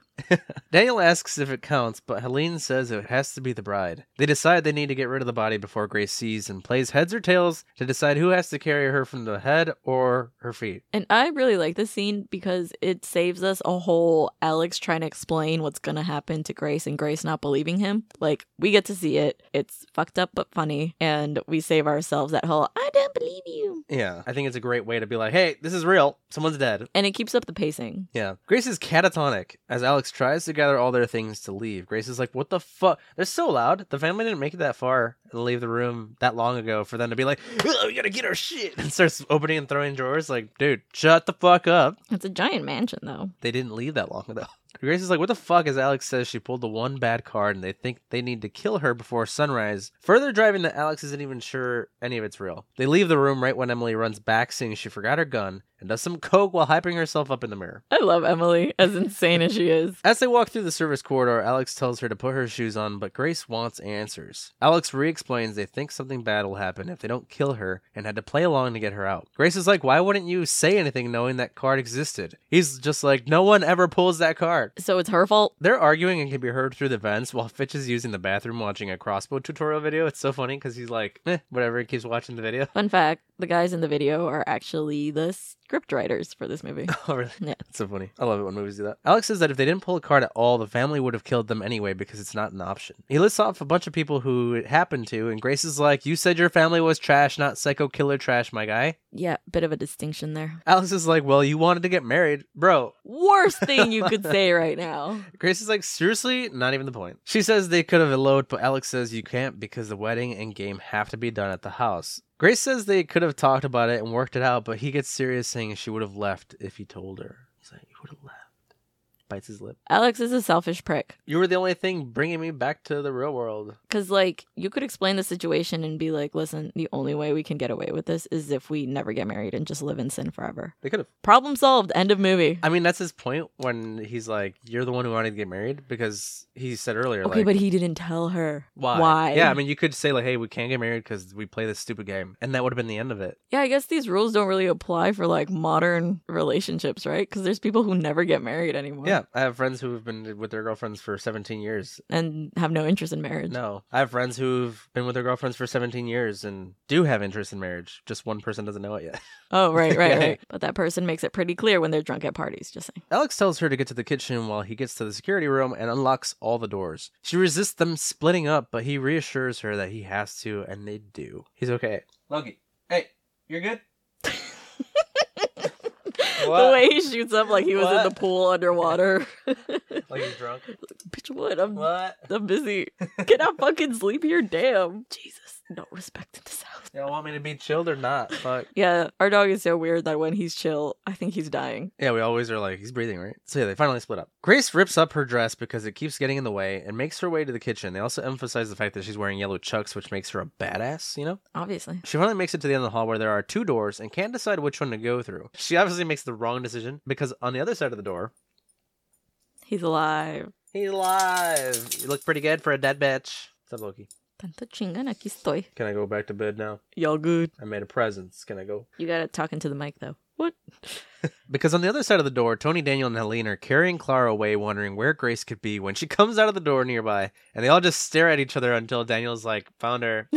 A: Daniel asks if it counts, but Helene says it has to be the bride. They decide they need to get rid of the body before Grace sees and plays heads or tails to decide who has to carry her from the head or her feet.
B: And I really like this scene because it saves us a whole Alex trying to explain what's going to happen to Grace and Grace not believing him. Like, we get to see it. It's fucked up but funny. And we save ourselves that whole, I don't believe you.
A: Yeah, I think it's a great way to be like, hey, this is real. Someone's dead.
B: And it keeps up the pacing.
A: Yeah. Grace is catatonic as Alex tries to gather all their things to leave. Grace is like, what the fuck? They're so loud. The family didn't make it that far and leave the room that long ago for them to be like, "Ugh, we gotta get our shit. And starts opening and throwing drawers. Like, dude, shut the fuck up.
B: It's a giant mansion, though.
A: They didn't leave that long ago. Grace is like, what the fuck? As Alex says she pulled the one bad card and they think they need to kill her before sunrise, further driving that Alex isn't even sure any of it's real. They leave the room right when Emily runs back, saying she forgot her gun and does some coke while hyping herself up in the mirror.
B: I love Emily, as insane as she is.
A: As they walk through the service corridor, Alex tells her to put her shoes on, but Grace wants answers. Alex re explains they think something bad will happen if they don't kill her and had to play along to get her out. Grace is like, Why wouldn't you say anything knowing that card existed? He's just like, No one ever pulls that card.
B: So it's her fault.
A: They're arguing and can be heard through the vents while Fitch is using the bathroom watching a crossbow tutorial video. It's so funny because he's like, eh, whatever, he keeps watching the video.
B: Fun fact the guys in the video are actually the script writers for this movie.
A: Oh, really?
B: Yeah.
A: That's so funny. I love it when movies do that. Alex says that if they didn't pull a card at all, the family would have killed them anyway because it's not an option. He lists off a bunch of people who it happened to, and Grace is like, You said your family was trash, not psycho killer trash, my guy.
B: Yeah, bit of a distinction there.
A: Alex is like, Well, you wanted to get married. Bro,
B: Worst thing you could say right now.
A: Grace is like, seriously, not even the point. She says they could have eloped, but Alex says you can't because the wedding and game have to be done at the house. Grace says they could have talked about it and worked it out, but he gets serious saying she would have left if he told her. He's like, you would have left. Bites his lip.
B: Alex is a selfish prick.
A: You were the only thing bringing me back to the real world.
B: Because, like, you could explain the situation and be like, listen, the only way we can get away with this is if we never get married and just live in sin forever.
A: They could have.
B: Problem solved. End of movie.
A: I mean, that's his point when he's like, you're the one who wanted to get married because he said earlier,
B: okay,
A: like,
B: but he didn't tell her.
A: why?
B: Why?
A: Yeah, I mean, you could say, like, hey, we can't get married because we play this stupid game. And that would have been the end of it.
B: Yeah, I guess these rules don't really apply for like modern relationships, right? Because there's people who never get married anymore.
A: Yeah, I have friends who have been with their girlfriends for 17 years.
B: And have no interest in marriage.
A: No, I have friends who've been with their girlfriends for 17 years and do have interest in marriage. Just one person doesn't know it yet.
B: Oh, right, right,
A: Yeah.
B: right. But that person makes it pretty clear when they're drunk at parties, just saying.
A: Alex tells her to get to the kitchen while he gets to the security room and unlocks all the doors. She resists them splitting up, but he reassures her that he has to, and they do. He's okay. Loki, hey, you're good?
B: The
A: What?
B: way he shoots up like he was in
A: What?
B: the pool underwater.
A: Like you're Oh, drunk?
B: Bitch, what? I'm,
A: What?
B: I'm busy. Can I fucking sleep here? Damn. Jesus. No respect in this house.
A: Y'all want me to be chilled or not? Fuck.
B: Yeah, our dog is so weird that when he's chill, I think he's dying.
A: Yeah, we always are like, he's breathing, right? So yeah, they finally split up. Grace rips up her dress because it keeps getting in the way and makes her way to the kitchen. They also emphasize the fact that she's wearing yellow chucks, which makes her a badass, you know?
B: Obviously.
A: She finally makes it to the end of the hall where there are two doors and can't decide which one to go through. She obviously makes the wrong decision because on the other side of the door,
B: He's alive.
A: he's alive. You look pretty good for a dead bitch. What's up, Loki?
B: Tanta chingana, aquí estoy.
A: Can I go back to bed now?
B: Y'all good.
A: I made a presence. Can I go?
B: You gotta talk into the mic though. What?
A: Because on the other side of the door, Tony, Daniel, and Helene are carrying Clara away, wondering where Grace could be when she comes out of the door nearby, and they all just stare at each other until Daniel's like, found her.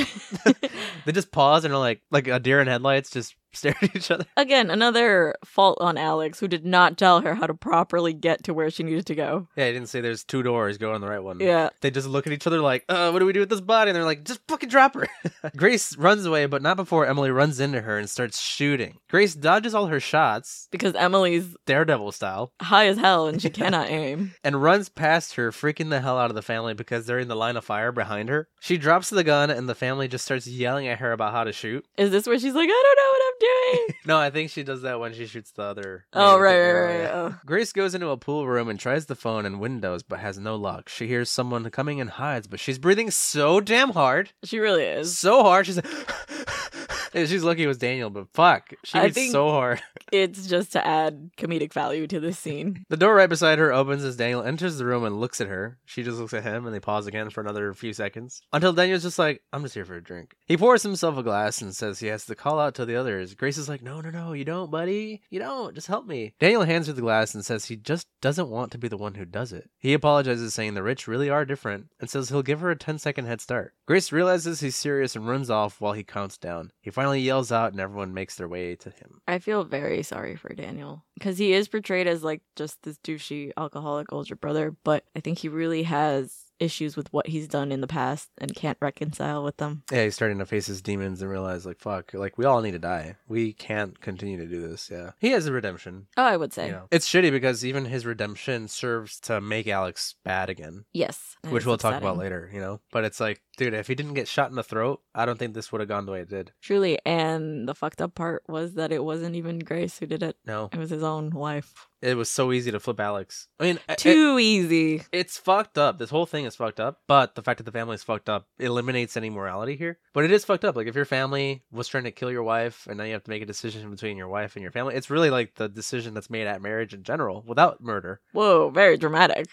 A: they just pause and are like, like a deer in headlights, just stare at each other.
B: Again, another fault on Alex, who did not tell her how to properly get to where she needed to go.
A: Yeah, he didn't say there's two doors, go on the right one.
B: Yeah.
A: They just look at each other like, uh, what do we do with this body? And they're like, just fucking drop her. Grace runs away, but not before Emily runs into her and starts shooting. Grace dodges all her shots,
B: Because Emily's
A: daredevil style,
B: high as hell and she cannot aim.
A: and runs past her, freaking the hell out of the family because they're in the line of fire behind her. She drops the gun, and the family just starts yelling at her about how to shoot.
B: Is this where she's like, I don't know what I'm doing?
A: No, I think she does that when she shoots the other.
B: oh,
A: Yeah,
B: right,
A: yeah,
B: right,
A: yeah.
B: right. Oh.
A: Grace goes into a pool room and tries the phone and windows, but has no luck. She hears someone coming and hides, but she's breathing so damn hard,
B: She really is.
A: so hard. She's like, And she's lucky it was Daniel, but fuck, she
B: I
A: breathes
B: think-
A: so hard.
B: It's just to add comedic value to this scene.
A: The door right beside her opens as Daniel enters the room and looks at her. She just looks at him and they pause again for another few seconds until Daniel's just like, I'm just here for a drink. He pours himself a glass and says he has to call out to the others. Grace is like, No, no, no, you don't, buddy. You don't. Just help me. Daniel hands her the glass and says he just doesn't want to be the one who does it. He apologizes, saying the rich really are different, and says he'll give her a 10 second head start. Grace realizes he's serious and runs off while he counts down. He finally yells out and everyone makes their way to him.
B: I feel very sorry for Daniel because he is portrayed as like just this douchey alcoholic older brother, but I think he really has issues with what he's done in the past and can't reconcile with them.
A: Yeah, he's starting to face his demons and realize, like, fuck, like, we all need to die. We can't continue to do this. Yeah. He has a redemption.
B: Oh, I would say.
A: You know? It's shitty because even his redemption serves to make Alex bad again,
B: Yes. That
A: which
B: is
A: we'll talk
B: upsetting.
A: about later, you know? But it's like, dude, if he didn't get shot in the throat, I don't think this would have gone the way it did.
B: Truly. And the fucked up part was that it wasn't even Grace who did it,
A: No.
B: it was his own wife.
A: It was so easy to flip Alex. I mean, I- it-
B: Too easy.
A: it's fucked up. This whole thing is fucked up. But the fact that the family's fucked up eliminates any morality here. But it is fucked up. Like if your family was trying to kill your wife, and now you have to make a decision between your wife and your family, it's really like the decision that's made at marriage in general without murder.
B: Whoa, very dramatic.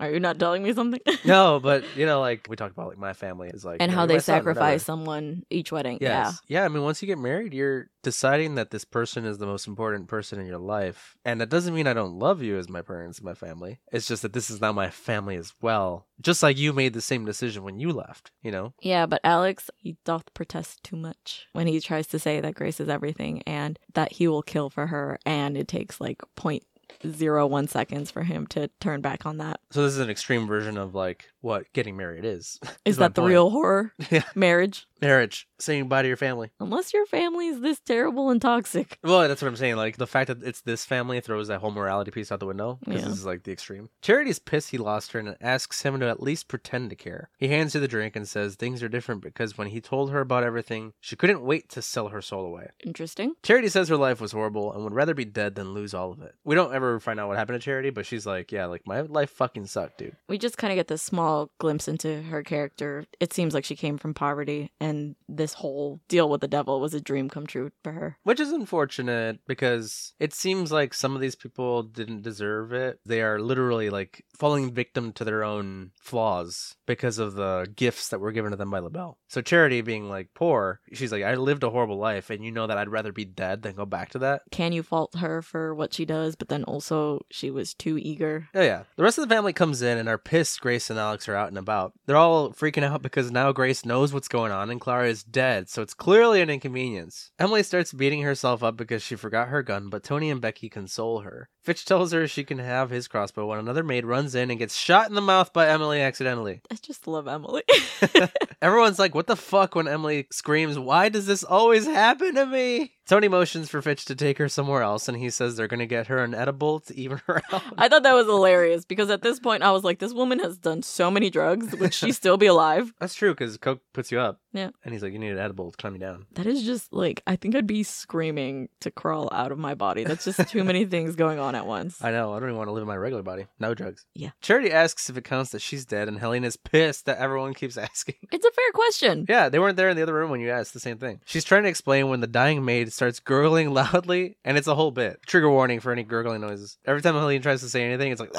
B: Are you not telling me something?
A: No, but you know, like we talked about, like my family is like
B: and
A: you
B: how
A: know,
B: they
A: my son,
B: sacrifice
A: whatever.
B: someone each wedding.
A: Yes. Yeah. I mean, once you get married, you're deciding that this person is the most important person in your life. And that doesn't mean I don't love you as my parents and my family. It's just that this is now my family as well. Just like you made the same decision when you left, you know?
B: Yeah, but Alex, he doth protest too much when he tries to say that Grace is everything and that he will kill for her. And it takes like point zero one seconds for him to turn back on that.
A: So this is an extreme version of like what getting married is.
B: Is
A: my
B: that the
A: point.
B: real horror?
A: Yeah.
B: Marriage?
A: Marriage, saying bye to your family.
B: Unless your family is this terrible and toxic.
A: Well, that's what I'm saying. Like the fact that it's this family throws that whole morality piece out the window because
B: Yeah.
A: this is like the extreme. Charity's pissed he lost her and asks him to at least pretend to care. He hands her the drink and says things are different because when he told her about everything, she couldn't wait to sell her soul away.
B: Interesting.
A: Charity says her life was horrible and would rather be dead than lose all of it. We don't ever find out what happened to Charity, but she's like, yeah, like my life fucking sucked, dude.
B: We just kind of get this small glimpse into her character. It seems like she came from poverty, and this whole deal with the devil was a dream come true for her.
A: Which is unfortunate because it seems like some of these people didn't deserve it. They are literally like falling victim to their own flaws because of the gifts that were given to them by LaBelle. So Charity being like poor, she's like, I lived a horrible life and you know that I'd rather be dead than go back to that.
B: Can you fault her for what she does? But then also, she was too eager.
A: Oh yeah. The rest of the family comes in and are pissed Grace and Alex are out and about. They're all freaking out because now Grace knows what's going on and Clara is dead, so it's clearly an inconvenience. Emily starts beating herself up because she forgot her gun, but Tony and Becky console her. Fitch tells her she can have his crossbow when another maid runs in and gets shot in the mouth by Emily accidentally.
B: I just love Emily.
A: Everyone's like, what the fuck when Emily screams, Why does this always happen to me? Tony motions for Fitch to take her somewhere else and he says they're gonna get her an edible to even her out.
B: I thought that was hilarious because at this point, I was like, this woman has done so many drugs. Would she still be alive?
A: That's true because Coke puts you up.
B: Yeah.
A: And he's like, you need an edible to calm you down.
B: That is just like, I think I'd be screaming to crawl out of my body. That's just too many things going on at once.
A: I know. I don't even want to live in my regular body. No drugs.
B: Yeah.
A: Charity asks if it counts that she's dead, and Helena's pissed that everyone keeps asking.
B: It's a fair question.
A: yeah, they weren't there in the other room when you asked the same thing. She's trying to explain when the dying maid starts gurgling loudly, and it's a whole bit. Trigger warning for any gurgling noises. Every time Helena tries to say anything, it's like,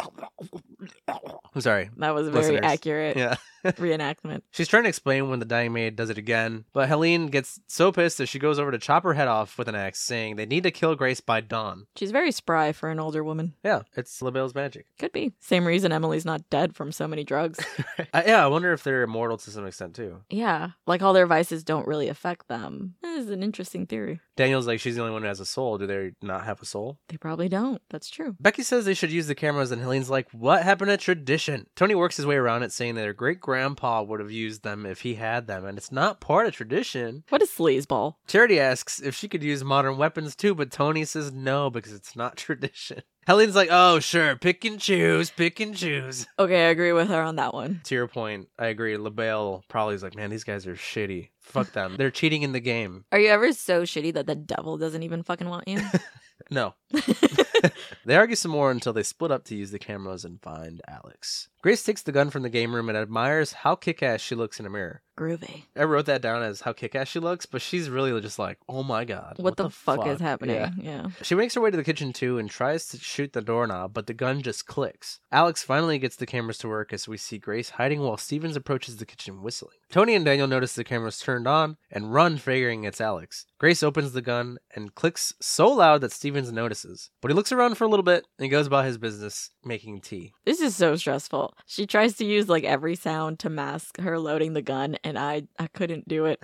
A: I'm sorry.
B: That was a very
A: Listeners.
B: accurate
A: Yeah.
B: reenactment.
A: She's trying to explain when the dying maid does it again, but Helene gets so pissed that she goes over to chop her head off with an axe, saying they need to kill Grace by dawn.
B: She's very spry for an older woman.
A: Yeah, it's LaBelle's magic.
B: Could be. Same reason Emily's not dead from so many drugs.
A: I, yeah, I wonder if they're immortal to some extent too.
B: yeah. Like all their vices don't really affect them. This is an interesting theory.
A: Daniel's like, she's the only one who has a soul. Do they not have a soul?
B: They probably don't. That's true.
A: Becky says they should use the cameras, and Helene's like, what happened to tradition? Tony works his way around it, saying that her great grandpa would have used them if he had them, and it's not part of tradition.
B: What a sleazeball.
A: Charity asks if she could use modern weapons too, but Tony says no because it's not tradition. Helene's like, oh, sure, pick and choose, pick and choose.
B: Okay, I agree with her on that one.
A: To your point, I agree. LaBelle probably is like, man, these guys are shitty. Fuck them. They're cheating in the game.
B: Are you ever so shitty that the devil doesn't even fucking want you?
A: No, They argue some more until they split up to use the cameras and find Alex. Grace takes the gun from the game room and admires how kick ass she looks in a mirror.
B: Groovy.
A: I wrote that down as how kick ass she looks, but she's really just like, oh my god.
B: What, the, fuck, is happening?
A: Yeah.
B: Yeah.
A: She makes her way to the kitchen too and tries to shoot the doorknob, but the gun just clicks. Alex finally gets the cameras to work as we see Grace hiding while Stevens approaches the kitchen whistling. Tony and Daniel notice the cameras turned on and run, figuring it's Alex. Grace opens the gun and clicks so loud that Stevens notices, but he looks around for a little bit and goes about his business making tea.
B: This is so stressful. She tries to use like every sound to mask her loading the gun and I I couldn't do it.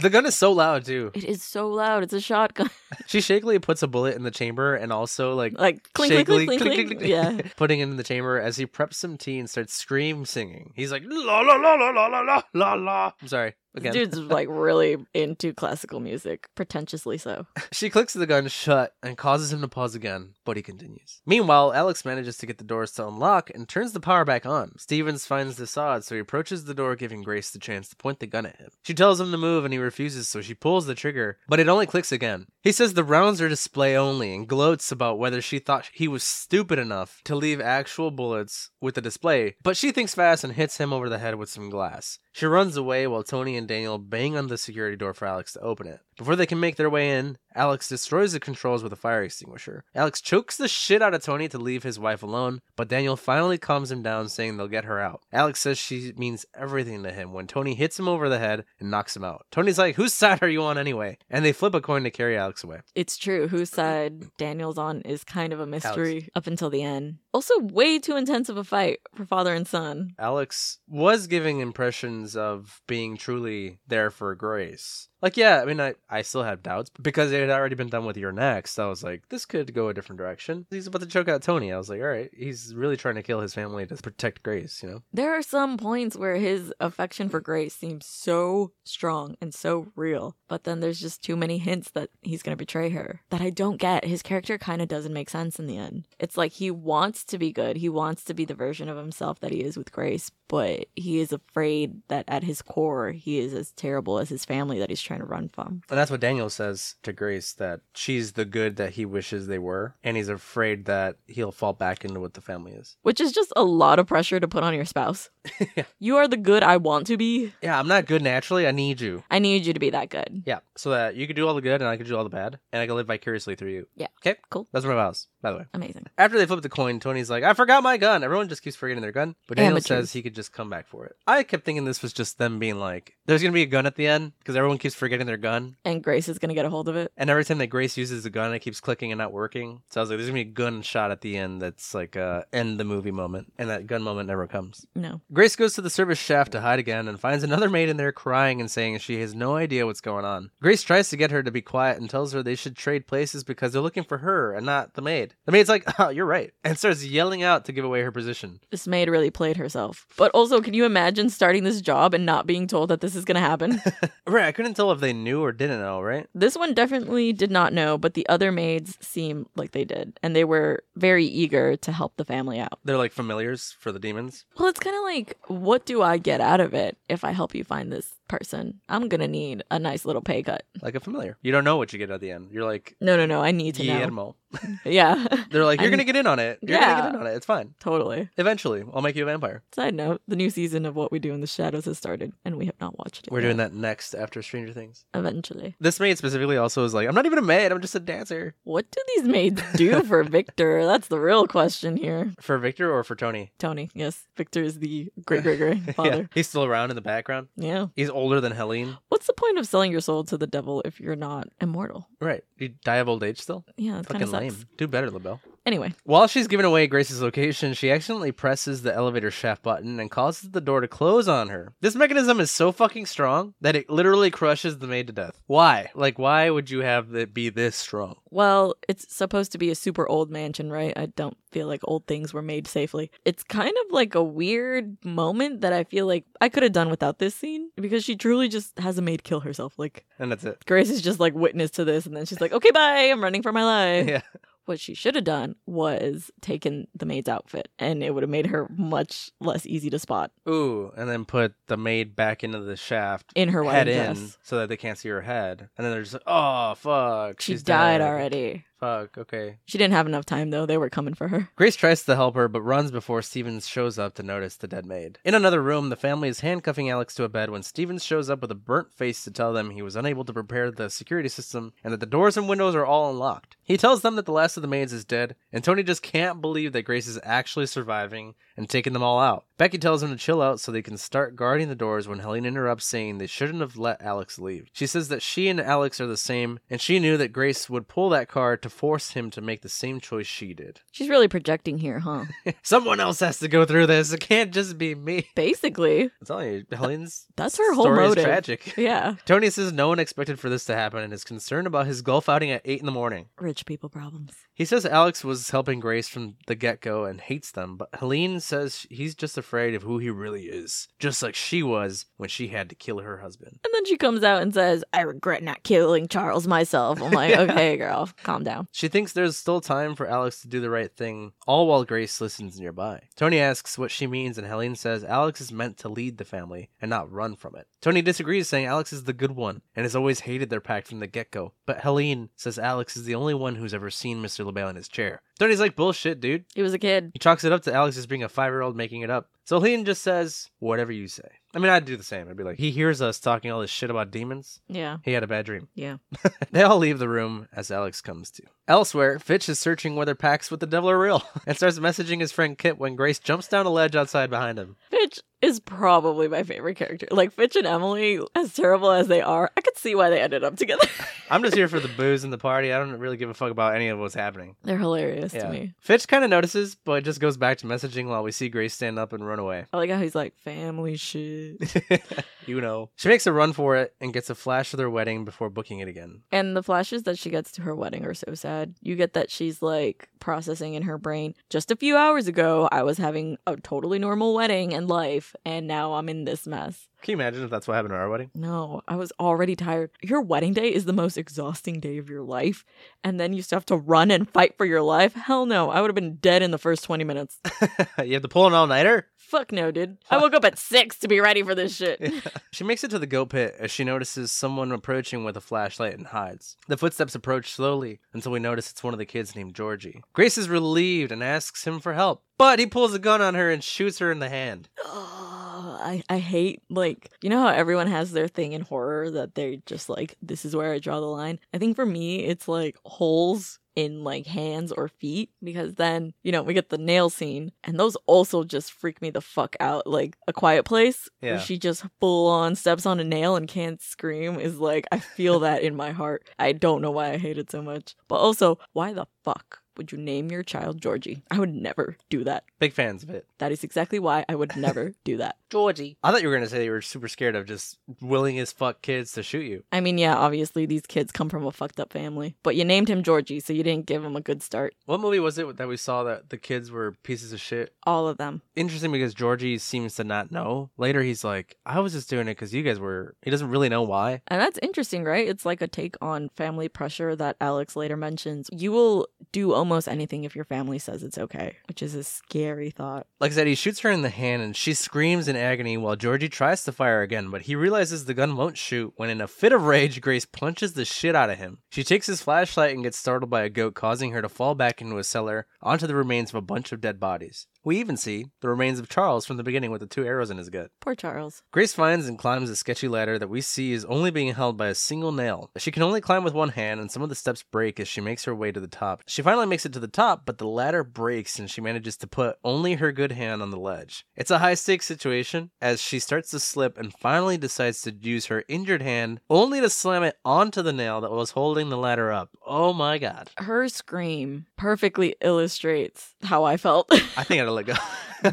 A: the gun is so loud too.
B: It is so loud. It's a shotgun.
A: She shakily puts a bullet in the chamber and also like
B: like clink clink
A: shakily
B: clink clink
A: click, click,
B: clink.
A: click,
B: Yeah.
A: putting it in the chamber as he preps some tea and starts scream singing. He's like la la la la la la la la la. I'm sorry. Again.
B: This dude's like really into classical music, pretentiously so.
A: She clicks the gun shut and causes him to pause again, but he continues. Meanwhile, Alex manages to get the doors to unlock and turns the power back on. Stevens finds this odd, so he approaches the door, giving Grace the chance to point the gun at him. She tells him to move and he refuses, so she pulls the trigger, but it only clicks again. He says the rounds are display only and gloats about whether she thought he was stupid enough to leave actual bullets with the display, but she thinks fast and hits him over the head with some glass. She runs away while Tony and Daniel bang on the security door for Alex to open it. Before they can make their way in, Alex destroys the controls with a fire extinguisher. Alex chokes the shit out of Tony to leave his wife alone, but Daniel finally calms him down, saying they'll get her out. Alex says she means everything to him when Tony hits him over the head and knocks him out. Tony's like, Whose side are you on anyway? And they flip a coin to carry Alex away.
B: It's true. Whose side Daniel's on is kind of a mystery up until the end. Also, way too intense of a fight for father and son.
A: Alex was giving impressions of being truly there for Grace. Like, yeah, I mean, I, I still have doubts because it had already been done with your next. I was like, this could go a different direction. He's about to choke out Tony. I was like, all right, he's really trying to kill his family to protect Grace, you know?
B: There are some points where his affection for Grace seems so strong and so real, but then there's just too many hints that he's going to betray her that I don't get. His character kind of doesn't make sense in the end. It's like he wants to be good, he wants to be the version of himself that he is with Grace, but he is afraid that at his core, he is as terrible as his family that he's trying to run from.
A: And that's what Daniel says to Grace that she's the good that he wishes they were, and he's afraid that he'll fall back into what the family is.
B: Which is just a lot of pressure to put on your spouse.
A: Yeah.
B: You are the good I want to be.
A: Yeah, I'm not good naturally. I need you.
B: I need you to be that good.
A: Yeah, so that you could do all the good and I could do all the bad, and I can live vicariously through you.
B: Yeah.
A: Okay,
B: Cool.
A: That's my vows, by the way.
B: Amazing.
A: After they flip the coin, Tony's like, I forgot my gun. Everyone just keeps forgetting their gun. But Daniel
B: Amateurs.
A: says he could just come back for it. I kept thinking this was just them being like, there's going to be a gun at the end because everyone keeps forgetting their gun.
B: And Grace is going to get a hold of it.
A: And every time that Grace uses the gun, it keeps clicking and not working. So I was like, there's going to be a gun shot at the end that's like a end the movie moment. And that gun moment never comes.
B: No.
A: Grace goes to the service shaft to hide again and finds another maid in there crying and saying she has no idea what's going on. Grace tries to get her to be quiet and tells her they should trade places because they're looking for her and not the maid. The maid's like, oh, you're right, and starts yelling out to give away her position.
B: This maid really played herself. But also, can you imagine starting this job and not being told that this is going to happen?
A: Right, I couldn't tell if they knew or didn't know, right?
B: this one definitely did not know, but the other maids seem like they did. And they were very eager to help the family out.
A: They're like familiars for the demons.
B: Well, it's kind of like, what do I get out of it if I help you find this person? I'm going to need a nice little pay cut.
A: Like a familiar. You don't know what you get at the end. You're like,
B: No, no, no. I need to know.
A: Guillermo.
B: Yeah,
A: They're like, you're
B: I'm-
A: going to get in on it. You're going to
B: Yeah.
A: get in on it. It's fine.
B: totally.
A: Eventually, I'll make you a vampire.
B: Side note the new season of What We Do in the Shadows has started, and we have not watched it.
A: We're doing that next after Stranger Things.
B: eventually.
A: This maid specifically also is like, I'm not even a maid. I'm just a dancer.
B: What do these maids do for Victor? That's the real question here.
A: For Victor or for Tony?
B: Tony, yes, Victor is the great great grandfather.
A: He's still around in the background.
B: yeah.
A: He's older than Helene.
B: What's the point of selling your soul to the devil if you're not immortal?
A: Right. You die of old age still?
B: Yeah, that's kind of
A: Fucking
B: sucks.
A: lame. Do better, LaBelle.
B: Anyway,
A: While she's giving away Grace's location, she accidentally presses the elevator shaft button and causes the door to close on her. This mechanism is so fucking strong that it literally crushes the maid to death. Why? Like, why would you have it be this strong?
B: well, it's supposed to be a super old mansion, right? I don't feel like old things were made safely. It's kind of like a weird moment that I feel like I could have done without this scene because she truly just has a maid kill herself. Like
A: And that's it.
B: Grace is just like witness to this, and then she's like, "Okay, bye. I'm running for my life."
A: Yeah.
B: What she should have done was taken the maid's outfit, and it would have made her much less easy to spot
A: Ooh, and then put the maid back into the shaft.
B: in her
A: head
B: wedding
A: in
B: dress.
A: so that they can't see her head. And then they're just like, oh, fuck.
B: She
A: she's
B: died
A: dead.
B: already.
A: Fuck, okay.
B: She didn't have enough time though. They were coming for her.
A: Grace tries to help her, but runs before Stevens shows up to notice the dead maid. In another room, the family is handcuffing Alex to a bed when Stevens shows up with a burnt face to tell them he was unable to prepare the security system and that the doors and windows are all unlocked. He tells them that the last of the maids is dead, and Tony just can't believe that Grace is actually surviving and taking them all out. Becky tells him to chill out so they can start guarding the doors when Helene interrupts, saying they shouldn't have let Alex leave. She says that she and Alex are the same, and she knew that Grace would pull that card to force him to make the same choice she did.
B: She's really projecting here, huh?
A: Someone else has to go through this. It can't just be me.
B: Basically,
A: I'm telling you, Helene's
B: that's her whole
A: story
B: motive.
A: is tragic.
B: Yeah,
A: Tony says no one expected for this to happen and is concerned about his golf outing at 8 in the morning.
B: rich people problems.
A: He says Alex was helping Grace from the get go and hates them, but Helene says he's just afraid of who he really is, just like she was when she had to kill her husband.
B: And then she comes out and says, "I regret not killing Charles myself." I'm like,
A: Yeah.
B: "Okay, girl, calm down."
A: She thinks there's still time for Alex to do the right thing, all while Grace listens nearby. Tony asks what she means, and Helene says Alex is meant to lead the family and not run from it. Tony disagrees, saying Alex is the good one and has always hated their pact from the get go. But Helene says Alex is the only one who's ever seen Mr. LaBelle in his chair. Tony's like, bullshit, dude.
B: He was a kid.
A: He chalks it up to Alex as being a five year old making it up. So Lean just says, whatever you say. I mean, I'd do the same. I'd be like, he hears us talking all this shit about demons.
B: Yeah.
A: He had a bad dream.
B: Yeah.
A: they all leave the room as Alex comes to. Elsewhere, Fitch is searching whether packs with the devil are real and starts messaging his friend Kit when Grace jumps down a ledge outside behind him.
B: Fitch is probably my favorite character. Like Fitch and Emily, as terrible as they are, I could see why they ended up together.
A: I'm just here for the booze and the party. I don't really give a fuck about any of what's happening.
B: They're hilarious
A: Yeah.
B: to me.
A: Fitch kind of notices, but just goes back to messaging while we see Grace stand up and run away.
B: I like how he's like family shit.
A: you know. She makes a run for it and gets a flash of their wedding before booking it again.
B: And the flashes that she gets to her wedding are so sad. You get that she's like processing in her brain. Just a few hours ago, I was having a totally normal wedding and life, and now I'm in this mess.
A: Can you imagine if that's what happened at our wedding?
B: No, I was already tired. Your wedding day is the most exhausting day of your life, and then you still have to run and fight for your life? Hell no, I would have been dead in the first 20 minutes.
A: you have to pull an all nighter?
B: Fuck no, dude. I woke up at six to be ready for this shit.
A: She makes it to the goat pit as she notices someone approaching with a flashlight and hides. The footsteps approach slowly until we notice it's one of the kids named Georgie. Grace is relieved and asks him for help, but he pulls a gun on her and shoots her in the hand.
B: Oh, I, I hate like you know how everyone has their thing in horror that they're just like this is where I draw the line. I think for me it's like holes in like hands or feet because then you know we get the nail scene and those also just freak me the fuck out like a quiet place
A: Yeah.
B: where she just full on steps on a nail and can't scream is like I feel that in my heart I don't know why I hate it so much but also why the fuck would you name your child Georgie I would never do that
A: Big fans of it.
B: that is exactly why I would never do that.
A: Georgie. I thought you were going to say you were super scared of just willing as fuck kids to shoot you.
B: I mean, yeah, obviously these kids come from a fucked up family, but you named him Georgie, so you didn't give him a good start.
A: What movie was it that we saw that the kids were pieces of shit?
B: All of them.
A: Interesting because Georgie seems to not know. Later, he's like, I was just doing it because you guys were. He doesn't really know why.
B: And that's interesting, right? It's like a take on family pressure that Alex later mentions. You will do almost anything if your family says it's okay, which is a scary thought.
A: Like I said, he shoots her in the hand and she screams in agony while Georgie tries to fire again, but he realizes the gun won't shoot when, in a fit of rage, Grace punches the shit out of him. She takes his flashlight and gets startled by a goat, causing her to fall back into a cellar onto the remains of a bunch of dead bodies. We even see the remains of Charles from the beginning with the two arrows in his gut.
B: Poor Charles.
A: Grace finds and climbs a sketchy ladder that we see is only being held by a single nail. She can only climb with one hand, and some of the steps break as she makes her way to the top. She finally makes it to the top, but the ladder breaks and she manages to put only her good hand on the ledge. It's a high stakes situation as she starts to slip and finally decides to use her injured hand only to slam it onto the nail that was holding the ladder up. Oh my god.
B: Her scream perfectly illustrates how I felt
A: I think I gotta let go.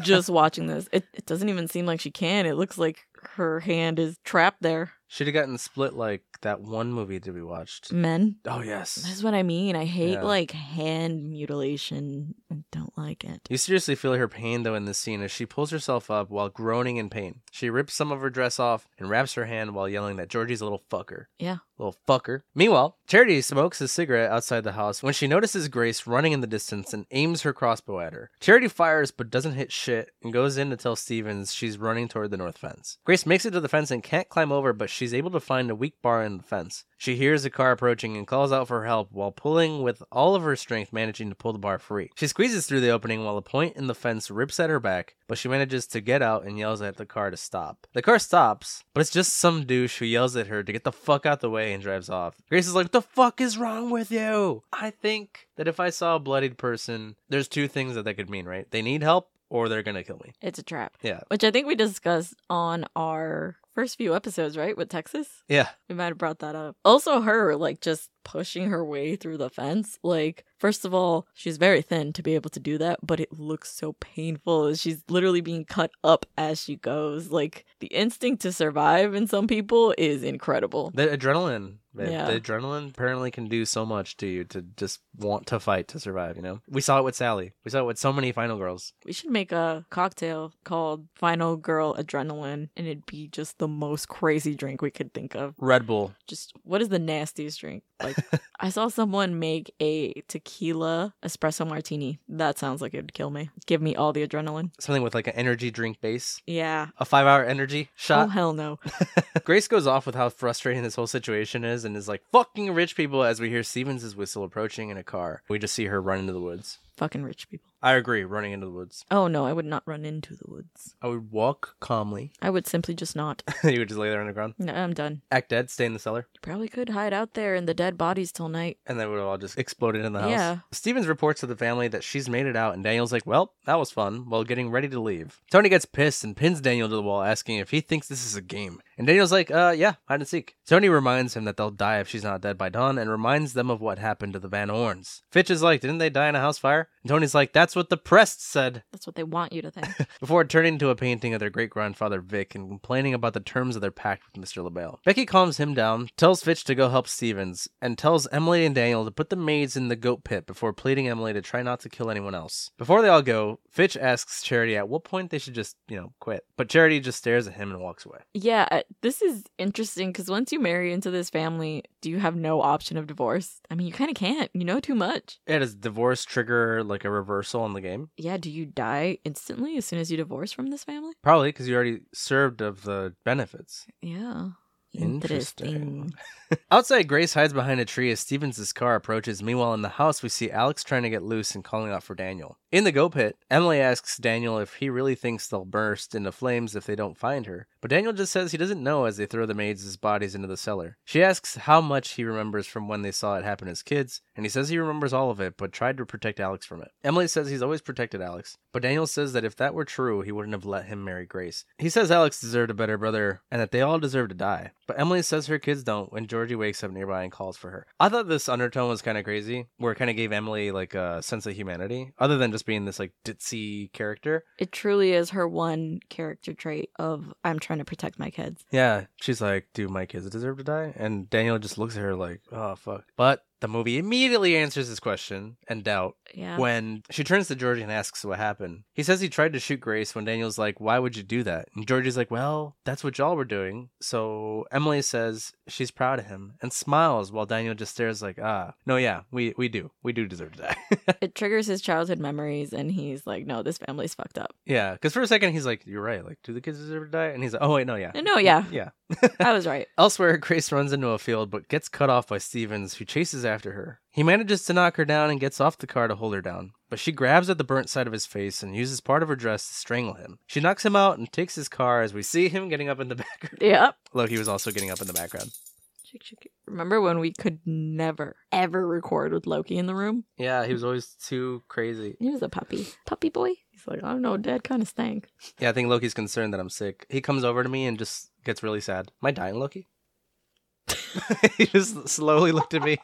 B: just watching this. It, it doesn't even seem like she can. It looks like her hand is trapped there.
A: Should have gotten split like that one movie that we watched.
B: Men,
A: Oh,
B: That's
A: yes.
B: what I mean. I hate
A: Yeah.
B: like hand mutilation. I don't like it.
A: You seriously feel her pain though in this scene as she pulls herself up while groaning in pain. She rips some of her dress off and wraps her hand while yelling that Georgie's a little fucker.
B: Yeah.
A: Little fucker. Meanwhile, Charity smokes a cigarette outside the house when she notices Grace running in the distance and aims her crossbow at her. Charity fires but doesn't hit shit and goes in to tell Stevens she's running toward the north fence. Grace makes it to the fence and can't climb over, but she's able to find a weak bar in the fence. She hears a car approaching and calls out for help while pulling with all of her strength, managing to pull the bar free. She squeezes through the opening while a point in the fence rips at her back, but she manages to get out and yells at the car to stop. The car stops, but it's just some douche who yells at her to get the fuck out the way and drives off. Grace is like, "What the fuck is wrong with you? I think that if I saw a bloodied person, there's two things that that could mean, right? They need help or they're gonna kill me.
B: It's a trap.
A: Yeah.
B: Which I think we discussed on our first few episodes, right? With Texas?
A: Yeah.
B: We might have brought that up. Also, her like just pushing her way through the fence. Like, first of all, she's very thin to be able to do that, but it looks so painful. She's literally being cut up as she goes. Like, the instinct to survive in some people is incredible.
A: The adrenaline, man.
B: Yeah.
A: The adrenaline apparently can do so much to you to just want to fight to survive, you know? We saw it with Sally. We saw it with so many final girls.
B: We should make a cocktail called Final Girl Adrenaline, and it'd be just the most crazy drink we could think of.
A: Red Bull.
B: Just what is the nastiest drink? Like, I saw someone make a tequila espresso martini. That sounds like it'd kill me. Give me all the adrenaline.
A: Something with like an energy drink base.
B: Yeah.
A: A five hour energy
B: Oh,
A: shot.
B: hell no.
A: Grace goes off with how frustrating this whole situation is and is like fucking rich people as we hear Stevens' whistle approaching in a car. We just see her run into the woods.
B: Fucking rich people.
A: I agree. Running into the woods,
B: Oh no, I would not run into the woods.
A: I would walk calmly.
B: I would simply just not.
A: you would just lay there on the ground.
B: No, I'm done.
A: Act dead. Stay in the cellar.
B: You probably could hide out there in the dead bodies till night.
A: And they would have all just exploded in the house.
B: Yeah.
A: Stevens reports to the family that she's made it out, and Daniel's like, Well, that was fun, while getting ready to leave. Tony gets pissed and pins Daniel to the wall, asking if he thinks this is a game. And Daniel's like, Uh, yeah, hide and seek. Tony reminds him that they'll die if she's not dead by dawn, and reminds them of what happened to the Van Orns. Fitch is like, Didn't they die in a house fire? And Tony's like, That's what the press said.
B: That's what they want you to think.
A: Before turning to a painting of their great grandfather Vic and complaining about the terms of their pact with Mr. LaBelle. Becky calms him down, tells Fitch to go help Stevens, and tells Emily and Daniel to put the maids in the goat pit before pleading Emily to try not to kill anyone else. Before they all go, Fitch asks Charity at what point they should just, you know, quit. But Charity just stares at him and walks away.
B: yeah, I- this is interesting because once you marry into this family, do you have no option of divorce? I mean, you kind of can't. You know too much.
A: Yeah, does divorce trigger like a reversal in the game?
B: Yeah, do you die instantly as soon as you divorce from this family?
A: Probably because you already served of the benefits.
B: Yeah.
A: Interesting. Outside, Grace hides behind a tree as Stevens' car approaches. Meanwhile, in the house, we see Alex trying to get loose and calling out for Daniel. In the go pit, Emily asks Daniel if he really thinks they'll burst into flames if they don't find her. But Daniel just says he doesn't know as they throw the maids' bodies into the cellar. She asks how much he remembers from when they saw it happen as kids, and he says he remembers all of it, but tried to protect Alex from it. Emily says he's always protected Alex, but Daniel says that if that were true, he wouldn't have let him marry Grace. He says Alex deserved a better brother and that they all deserve to die. But Emily says her kids don't when Georgie wakes up nearby and calls for her. I thought this undertone was kind of crazy, where it kind of gave Emily like a sense of humanity, other than just being this like ditzy character.
B: It truly is her one character trait of I'm trying to protect my kids.
A: Yeah, she's like, do my kids deserve to die? And Daniel just looks at her like, oh, fuck. But the movie immediately answers this question and doubt
B: Yeah.
A: when she turns to Georgie and asks what happened. He says he tried to shoot Grace when Daniel's like, Why would you do that? And Georgie's like, Well, that's what y'all were doing. So Emily says she's proud of him and smiles while Daniel just stares like, Ah, no, yeah, we, we do. We do deserve to die.
B: it triggers his childhood memories and he's like, no, this family's fucked up.
A: yeah. Cause for a second, he's like, You're right. Like, do the kids deserve to die? And he's like, Oh, wait, no, yeah.
B: No, no, yeah.
A: Yeah.
B: I was right.
A: Elsewhere, Grace runs into a field but gets cut off by Stevens, who chases after her. He manages to knock her down and gets off the car to hold her down, but she grabs at the burnt side of his face and uses part of her dress to strangle him. She knocks him out and takes his car as we see him getting up in the background.
B: Yep.
A: Loki was also getting up in the background.
B: Shake, shake. Remember when we could never, ever record with Loki in the room?
A: Yeah, he was always too crazy.
B: He was a puppy. Puppy boy? He's like, I don't know, dad kind of stank.
A: Yeah, I think Loki's concerned that I'm sick. He comes over to me and just gets really sad. Am I dying, Loki? he just slowly looked at me.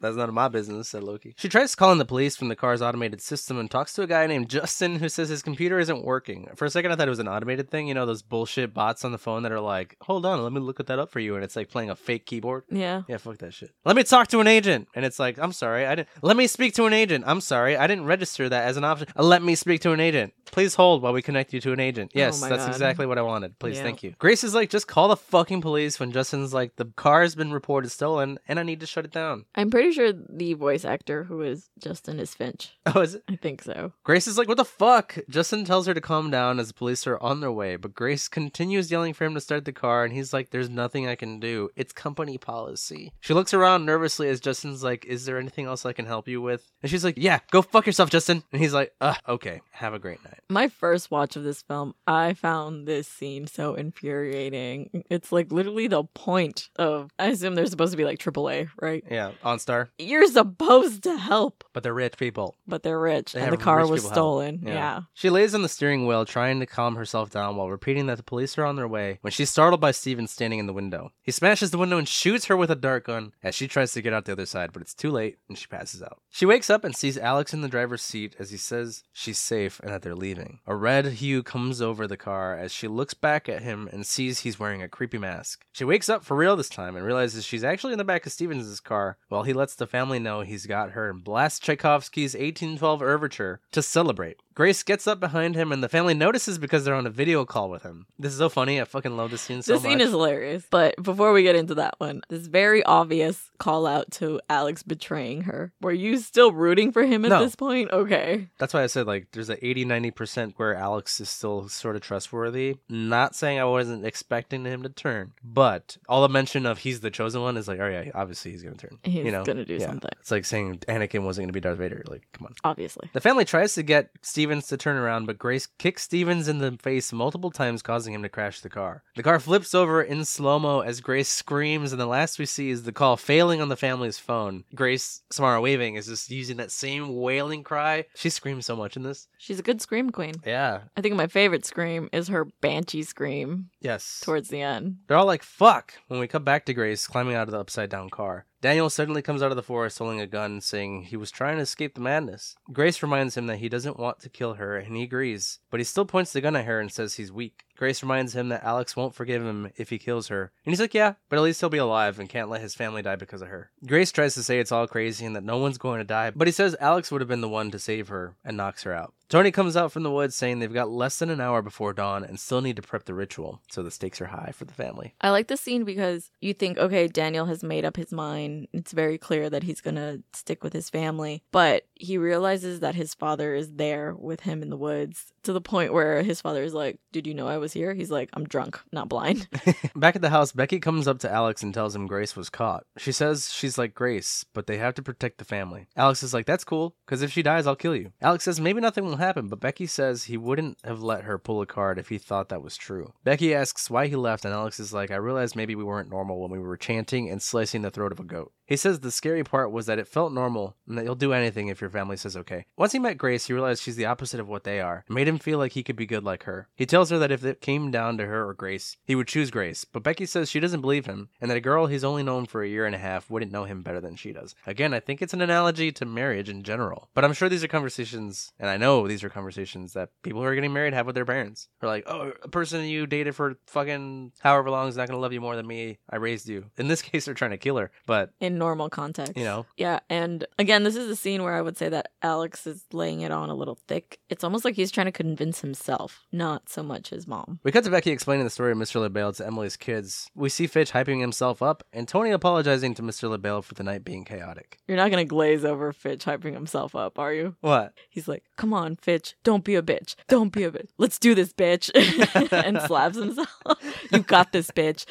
A: That's none of my business, said Loki. She tries calling the police from the car's automated system and talks to a guy named Justin who says his computer isn't working. For a second, I thought it was an automated thing, you know, those bullshit bots on the phone that are like, hold on, let me look that up for you. And it's like playing a fake keyboard.
B: Yeah.
A: Yeah, fuck that shit. Let me talk to an agent. And it's like, I'm sorry, I didn't. Let me speak to an agent. I'm sorry, I didn't register that as an option. Uh, Let me speak to an agent. Please hold while we connect you to an agent. Yes,
B: Oh my
A: that's
B: God.
A: exactly what I wanted. Please,
B: Yeah.
A: thank you. Grace is like, just call the fucking police when Justin's like, the car's been reported stolen and I need to shut it down.
B: I'm pretty sure the voice actor who is Justin is Finch.
A: Oh, is it?
B: I think so.
A: Grace is like, what the fuck? Justin tells her to calm down as the police are on their way, but Grace continues yelling for him to start the car, and he's like, there's nothing I can do. It's company policy. She looks around nervously as Justin's like, is there anything else I can help you with? And she's like, yeah, go fuck yourself, Justin. And he's like, uh, okay, have a great night.
B: My first watch of this film, I found this scene so infuriating. It's like literally the point of, I assume they're supposed to be like AAA, right?
A: Yeah, OnStar.
B: You're supposed to help,
A: But they're rich people.
B: but they're rich
A: They
B: and the
A: have
B: car
A: rich
B: was
A: people help.
B: stolen. Yeah.
A: She lays on the steering wheel, trying to calm herself down while repeating that the police are on their way when she's startled by Steven standing in the window. He smashes the window and shoots her with a dart gun as she tries to get out the other side, but it's too late and she passes out. She wakes up and sees Alex in the driver's seat as he says she's safe and that they're leaving. A red hue comes over the car as she looks back at him and sees he's wearing a creepy mask. She wakes up for real this time and realizes she's actually in the back of Stevens' car while he lets the family know he's got her and blasts Tchaikovsky's 1812 overture to celebrate. Grace gets up behind him and the family notices because they're on a video call with him. This is so funny. I fucking love this scene so
B: the scene
A: much.
B: is hilarious. But before we get into that one, this very obvious call out to Alex betraying her. Were you still rooting for him at
A: No.
B: this point? Okay.
A: That's why I said like there's a 80 90% where Alex is still sort of trustworthy. Not saying I wasn't expecting him to turn, but all the mention of he's the chosen one is like, oh yeah, obviously he's going to turn.
B: He's
A: you know.
B: gonna to do
A: Yeah.
B: something.
A: It's like saying Anakin wasn't going to be Darth Vader. Like, come on.
B: Obviously.
A: The family tries to get Stevens to turn around, but Grace kicks Stevens in the face multiple times, causing him to crash the car. The car flips over in slow mo as Grace screams, and the last we see is the call failing on the family's phone. Grace Samara waving is just using that same wailing cry. She screams so much in this.
B: She's a good scream queen.
A: Yeah.
B: I think my favorite scream is her banshee scream
A: Yes.
B: towards the end.
A: They're all like, fuck, when we come back to Grace climbing out of the upside down car. Daniel suddenly comes out of the forest holding a gun, saying he was trying to escape the madness. Grace reminds him that he doesn't want to kill her, and he agrees, but he still points the gun at her and says he's weak. Grace reminds him that Alex won't forgive him if he kills her, and he's like, yeah, but at least he'll be alive and can't let his family die because of her. Grace tries to say it's all crazy and that no one's going to die, but he says Alex would have been the one to save her and knocks her out. Tony comes out from the woods saying they've got less than an hour before dawn and still need to prep the ritual, so the stakes are high for the family.
B: I like this scene because you think, okay, Daniel has made up his mind. It's very clear that he's going to stick with his family. But he realizes that his father is there with him in the woods to the point where his father is like, Did you know I was here? He's like, I'm drunk, not blind.
A: Back at the house, Becky comes up to Alex and tells him Grace was caught. She says she's like Grace, but they have to protect the family. Alex is like, That's cool, because if she dies, I'll kill you. Alex says maybe nothing will happen, but Becky says he wouldn't have let her pull a card if he thought that was true. Becky asks why he left, and Alex is like, I realized maybe we weren't normal when we were chanting and slicing the throat of a goat. He says the scary part was that it felt normal and that you'll do anything if your family says okay. Once he met Grace, he realized she's the opposite of what they are. It made him feel like he could be good like her. He tells her that if it came down to her or Grace, he would choose Grace, but Becky says she doesn't believe him and that a girl he's only known for a year and a half wouldn't know him better than she does. Again, I think it's an analogy to marriage in general, but I'm sure these are conversations, and I know these are conversations that people who are getting married have with their parents. They're like, oh, a person you dated for fucking however long is not going to love you more than me. I raised you. In this case, they're trying to kill her, but
B: in normal context.
A: you know,
B: Yeah, and again, this is a scene where I would say that Alex is laying it on a little thick. It's almost like he's trying to convince himself, not so much his mom.
A: We cut to Becky explaining the story of Mr. LaBelle to Emily's kids. We see Fitch hyping himself up and Tony apologizing to Mr. LaBelle for the night being chaotic.
B: You're not going to glaze over Fitch hyping himself up, are you?
A: What?
B: He's like, "Come on, Fitch, don't be a bitch. Don't be a bitch. Let's do this, bitch." and slaps himself. you got this, bitch.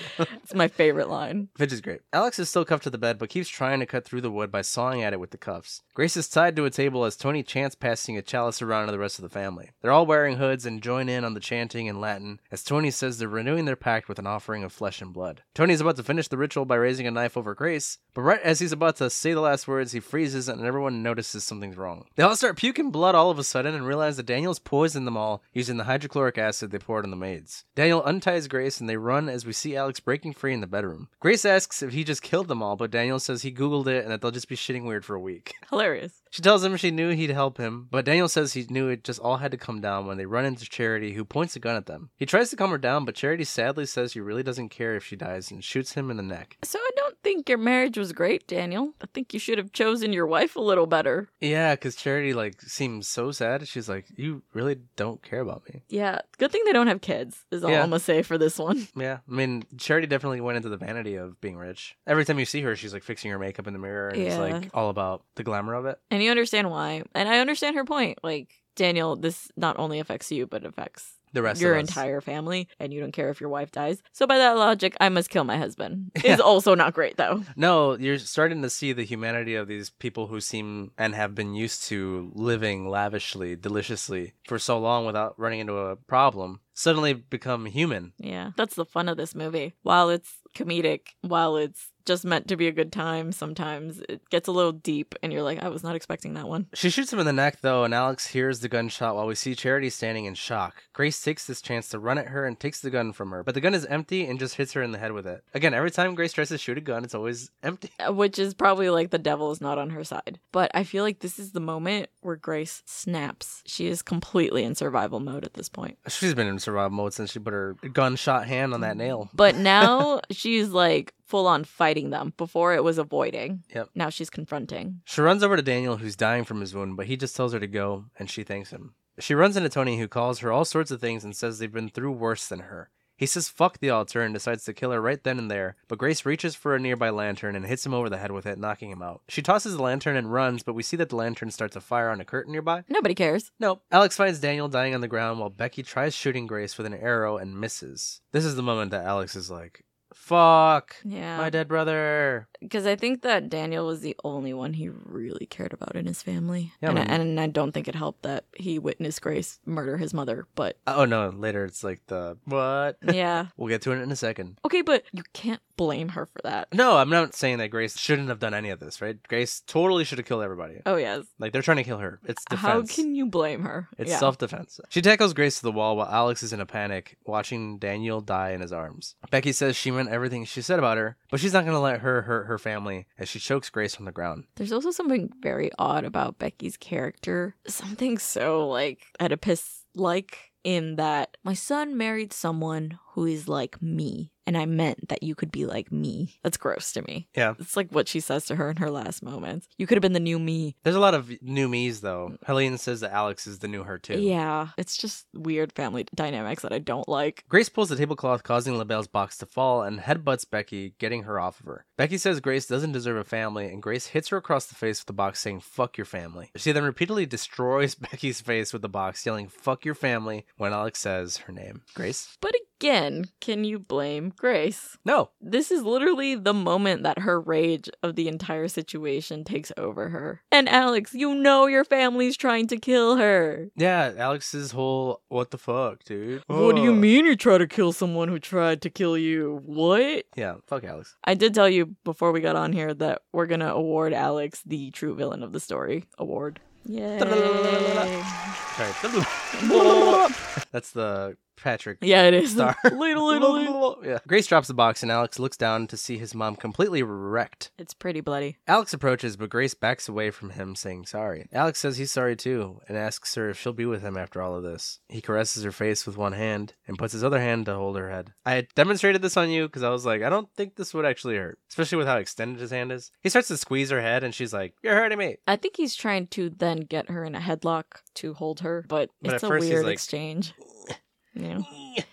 B: It's my favorite line.
A: Fitch is great. Alex is still cuffed to the bed, but keeps trying to cut through the wood by sawing at it with the cuffs. Grace is tied to a table as Tony chants passing a chalice around to the rest of the family. They're all wearing hoods and join in on the chanting in Latin as Tony says they're renewing their pact with an offering of flesh and blood. Tony's about to finish the ritual by raising a knife over Grace, but right as he's about to say the last words, he freezes and everyone notices something's wrong. They all start puking blood all of a sudden and realize that Daniel's poisoned them all using the hydrochloric acid they poured on the maids. Daniel unties Grace and they run as we see Alex breaking free in the bedroom. Grace asks if he just killed them all, but Daniel says he Googled it and that they'll just be shitting weird for a week.
B: Hilarious.
A: She tells him she knew he'd help him, but Daniel says he knew it just all had to come down when they run into Charity, who points a gun at them. He tries to calm her down, but Charity sadly says she really doesn't care if she dies and shoots him in the neck.
B: So I don't think your marriage was great, Daniel. I think you should have chosen your wife a little better.
A: Yeah, because Charity like seems so sad. She's like, "You really don't care about me."
B: Yeah, good thing they don't have kids. Is all
A: Yeah.
B: I'm gonna say for this one.
A: Yeah, I mean, Charity definitely went into the vanity of being rich. Every time you see her, she's like fixing her makeup in the mirror, and it's
B: Yeah.
A: like all about the glamour of it.
B: And you understand why, and I understand her point. Like Daniel, this not only affects you, but affects
A: The rest
B: your
A: of us.
B: entire family, and you don't care if your wife dies. So by that logic, I must kill my husband.
A: Yeah.
B: Is also not great though.
A: No, you're starting to see the humanity of these people who seem and have been used to living lavishly, deliciously for so long without running into a problem, suddenly become human.
B: Yeah, that's the fun of this movie. While it's comedic, while it's just meant to be a good time, sometimes it gets a little deep, and you're like, I was not expecting that one.
A: She shoots him in the neck, though, and Alex hears the gunshot while we see Charity standing in shock. Grace takes this chance to run at her and takes the gun from her, but the gun is empty and just hits her in the head with it. Again, every time Grace tries to shoot a gun, it's always empty.
B: Uh, Which is probably like the devil is not on her side. But I feel like this is the moment where Grace snaps. She is completely in survival mode at this point.
A: She's been in survival mode since she put her gunshot hand
B: Mm.
A: on that nail.
B: But now she's like full on fighting them. Before it was avoiding.
A: Yep.
B: Now she's confronting.
A: She runs over to Daniel, who's dying from his wound, but he just tells her to go, and she thanks him. She runs into Tony, who calls her all sorts of things and says they've been through worse than her. He says fuck the altar and decides to kill her right then and there, but Grace reaches for a nearby lantern and hits him over the head with it, knocking him out. She tosses the lantern and runs, but we see that the lantern starts a fire on a curtain nearby.
B: Nobody cares.
A: Nope. Alex finds Daniel dying on the ground while Becky tries shooting Grace with an arrow and misses. This is the moment that Alex is like, Fuck. My
B: Yeah.
A: dead brother.
B: Because I think that Daniel was the only one he really cared about in his family.
A: Yeah,
B: and, I,
A: man.
B: and I don't think it helped that he witnessed Grace murder his mother, but
A: Oh no, later it's like the what?
B: yeah.
A: We'll get to it in a second.
B: Okay, but you can't blame her for that.
A: No, I'm not saying that Grace shouldn't have done any of this, right? Grace totally should have killed everybody.
B: Oh, yes.
A: Like they're trying to kill her. It's defense.
B: How can you blame her?
A: It's
B: yeah.
A: self defense. She tackles Grace to the wall while Alex is in a panic, watching Daniel die in his arms. Becky says she meant everything she said about her, but she's not going to let her hurt her family as she chokes Grace on the ground.
B: There's also something very odd about Becky's character. Something so like Oedipus like in that my son married someone who is like me, and I meant that you could be like me. That's gross to me.
A: Yeah.
B: It's like what she says to her in her last moments. You could have been the new me.
A: There's a lot of new me's, though. Helene says that Alex is the new her, too.
B: Yeah. It's just weird family dynamics that I don't like.
A: Grace pulls the tablecloth, causing LaBelle's box to fall, and headbutts Becky, getting her off of her. Becky says Grace doesn't deserve a family, and Grace hits her across the face with the box, saying, Fuck your family. She then repeatedly destroys Becky's face with the box, yelling, Fuck your family, when Alex says her name. Grace?
B: But again, can you blame Grace?
A: No.
B: This is literally the moment that her rage of the entire situation takes over her. And Alex, you know your family's trying to kill her.
A: Yeah, Alex's whole, What the fuck, dude?
B: What do you
A: Ugh.
B: mean you try to kill someone who tried to kill you? What?
A: Yeah, fuck Alex.
B: I did tell you before we got on here that we're going to award Alex the true villain of the story award. Yay.
A: Sorry. That's the Patrick
B: yeah, it is.
A: star.
B: Little, little, little.
A: yeah. Grace drops the box, and Alex looks down to see his mom completely wrecked.
B: It's pretty bloody.
A: Alex approaches, but Grace backs away from him, saying sorry. Alex says he's sorry too, and asks her if she'll be with him after all of this. He caresses her face with one hand and puts his other hand to hold her head. I demonstrated this on you because I was like, I don't think this would actually hurt, especially with how extended his hand is. He starts to squeeze her head, and she's like, You're hurting me.
B: I think he's trying to then get her in a headlock to hold her, but,
A: But
B: it's
A: at
B: a
A: first he's
B: weird
A: like-
B: exchange. Yeah.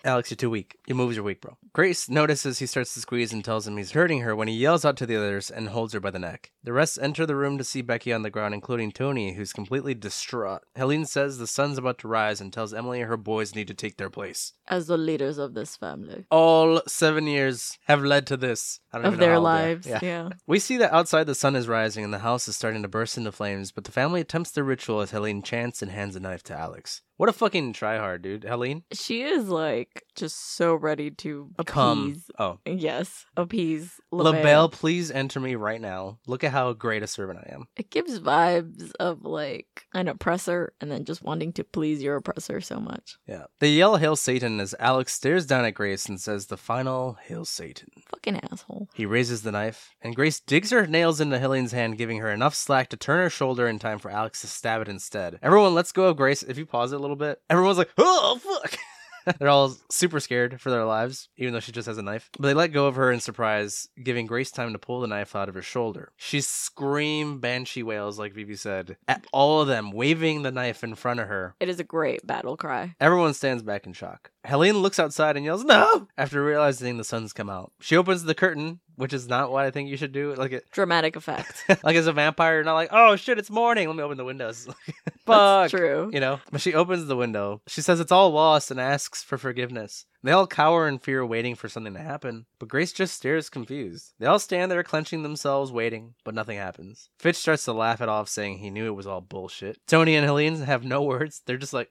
A: Alex, you're too weak. Your moves are weak, bro. Grace notices he starts to squeeze and tells him he's hurting her when he yells out to the others and holds her by the neck. The rest enter the room to see Becky on the ground, including Tony, who's completely distraught. Helene says the sun's about to rise and tells Emily her boys need to take their place.
B: As the leaders of this family.
A: All seven years have led to this. I don't
B: Of
A: even know
B: their
A: how old they are.
B: lives.
A: Yeah.
B: yeah.
A: We see that outside the sun is rising and the house is starting to burst into flames, but the family attempts their ritual as Helene chants and hands a knife to Alex. What a fucking tryhard, dude. Helene?
B: She is like just so ready to appease.
A: Come. Oh.
B: Yes, appease
A: LaBelle.
B: LaBelle.
A: please enter me right now. Look at how great a servant I am.
B: It gives vibes of like an oppressor and then just wanting to please your oppressor so much.
A: Yeah. They yell Hail Satan as Alex stares down at Grace and says the final Hail Satan.
B: Fucking asshole.
A: He raises the knife, and Grace digs her nails into Helene's hand, giving her enough slack to turn her shoulder in time for Alex to stab it instead. Everyone lets go of Grace. If you pause it a little bit, everyone's like, oh, fuck. They're all super scared for their lives, even though she just has a knife. But they let go of her in surprise, giving Grace time to pull the knife out of her shoulder. She scream banshee wails, like Vivi said, at all of them, waving the knife in front of her.
B: It is a great battle cry.
A: Everyone stands back in shock. Helene looks outside and yells, No! After realizing the sun's come out. She opens the curtain, which is not what I think you should do. Like, it,
B: Dramatic effect.
A: like as a vampire, you're not like, Oh shit, it's morning. Let me open the windows. Fuck.
B: That's true.
A: You know? But she opens the window. She says it's all lost and asks for forgiveness. They all cower in fear, waiting for something to happen. But Grace just stares confused. They all stand there, clenching themselves, waiting, but nothing happens. Fitch starts to laugh it off, saying he knew it was all bullshit. Tony and Helene have no words. They're just like,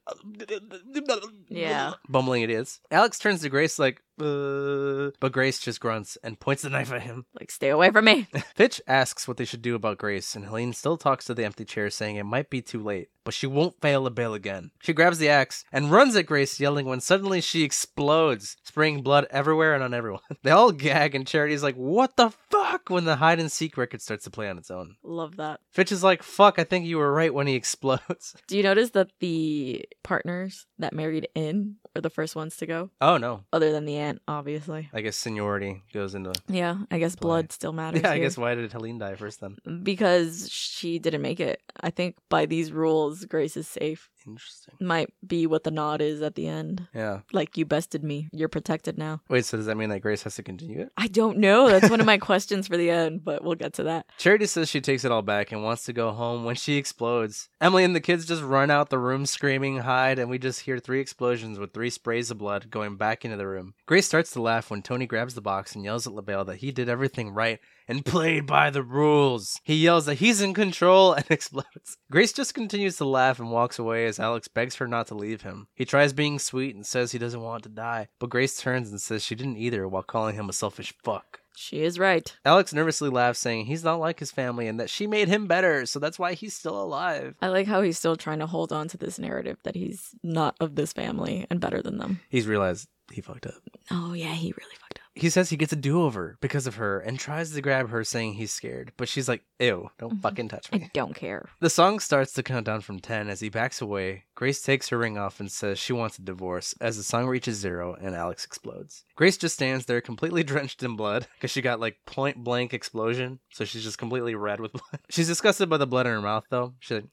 B: Yeah.
A: bumbling idiots. Alex turns to Grace, like, uh, but Grace just grunts and points the knife at him.
B: Like, stay away from me.
A: Fitch asks what they should do about Grace, and Helene still talks to the empty chair, saying it might be too late, but she won't fail a bail again. She grabs the axe and runs at Grace, yelling when suddenly she explodes, spraying blood everywhere and on everyone. they all gag, and Charity's like, What the fuck? when the hide and seek record starts to play on its own.
B: Love that.
A: Fitch is like, Fuck, I think you were right when he explodes.
B: Do you notice that the partners that married in were the first ones to go?
A: oh no.
B: Other than the aunt, obviously.
A: I guess seniority goes into.
B: Yeah, I guess
A: Play.
B: blood still matters.
A: Yeah, I
B: here.
A: guess why did Helene die first then?
B: because she didn't make it. I think by these rules, Grace is safe.
A: Interesting.
B: Might be what the nod is at the end.
A: Yeah.
B: Like, you bested me. You're protected now.
A: Wait, so does that mean that Grace has to continue it?
B: I don't know. That's one of my questions for the end, but we'll get to that.
A: Charity says she takes it all back and wants to go home when she explodes. Emily and the kids just run out the room screaming, hide, and we just hear three explosions with three sprays of blood going back into the room. Grace starts to laugh when Tony grabs the box and yells at LaBelle that he did everything right and played by the rules. He yells that he's in control and explodes. Grace just continues to laugh and walks away as Alex begs her not to leave him. He tries being sweet and says he doesn't want to die, but Grace turns and says she didn't either while calling him a selfish fuck.
B: She is right.
A: Alex nervously laughs, saying he's not like his family and that she made him better, so that's why he's still alive.
B: I like how he's still trying to hold on to this narrative that he's not of this family and better than them.
A: He's realized he fucked up.
B: Oh, yeah, he really fucked up.
A: He says he gets a do over because of her and tries to grab her, saying he's scared, but she's like, ew, don't
B: Mhm.
A: fucking touch
B: I
A: me.
B: don't care.
A: The song starts to count down from 10 as he backs away. Grace takes her ring off and says she wants a divorce as the song reaches zero and Alex explodes. Grace just stands there completely drenched in blood because she got like point blank explosion, so she's just completely red with blood. She's disgusted by the blood in her mouth though. She's like,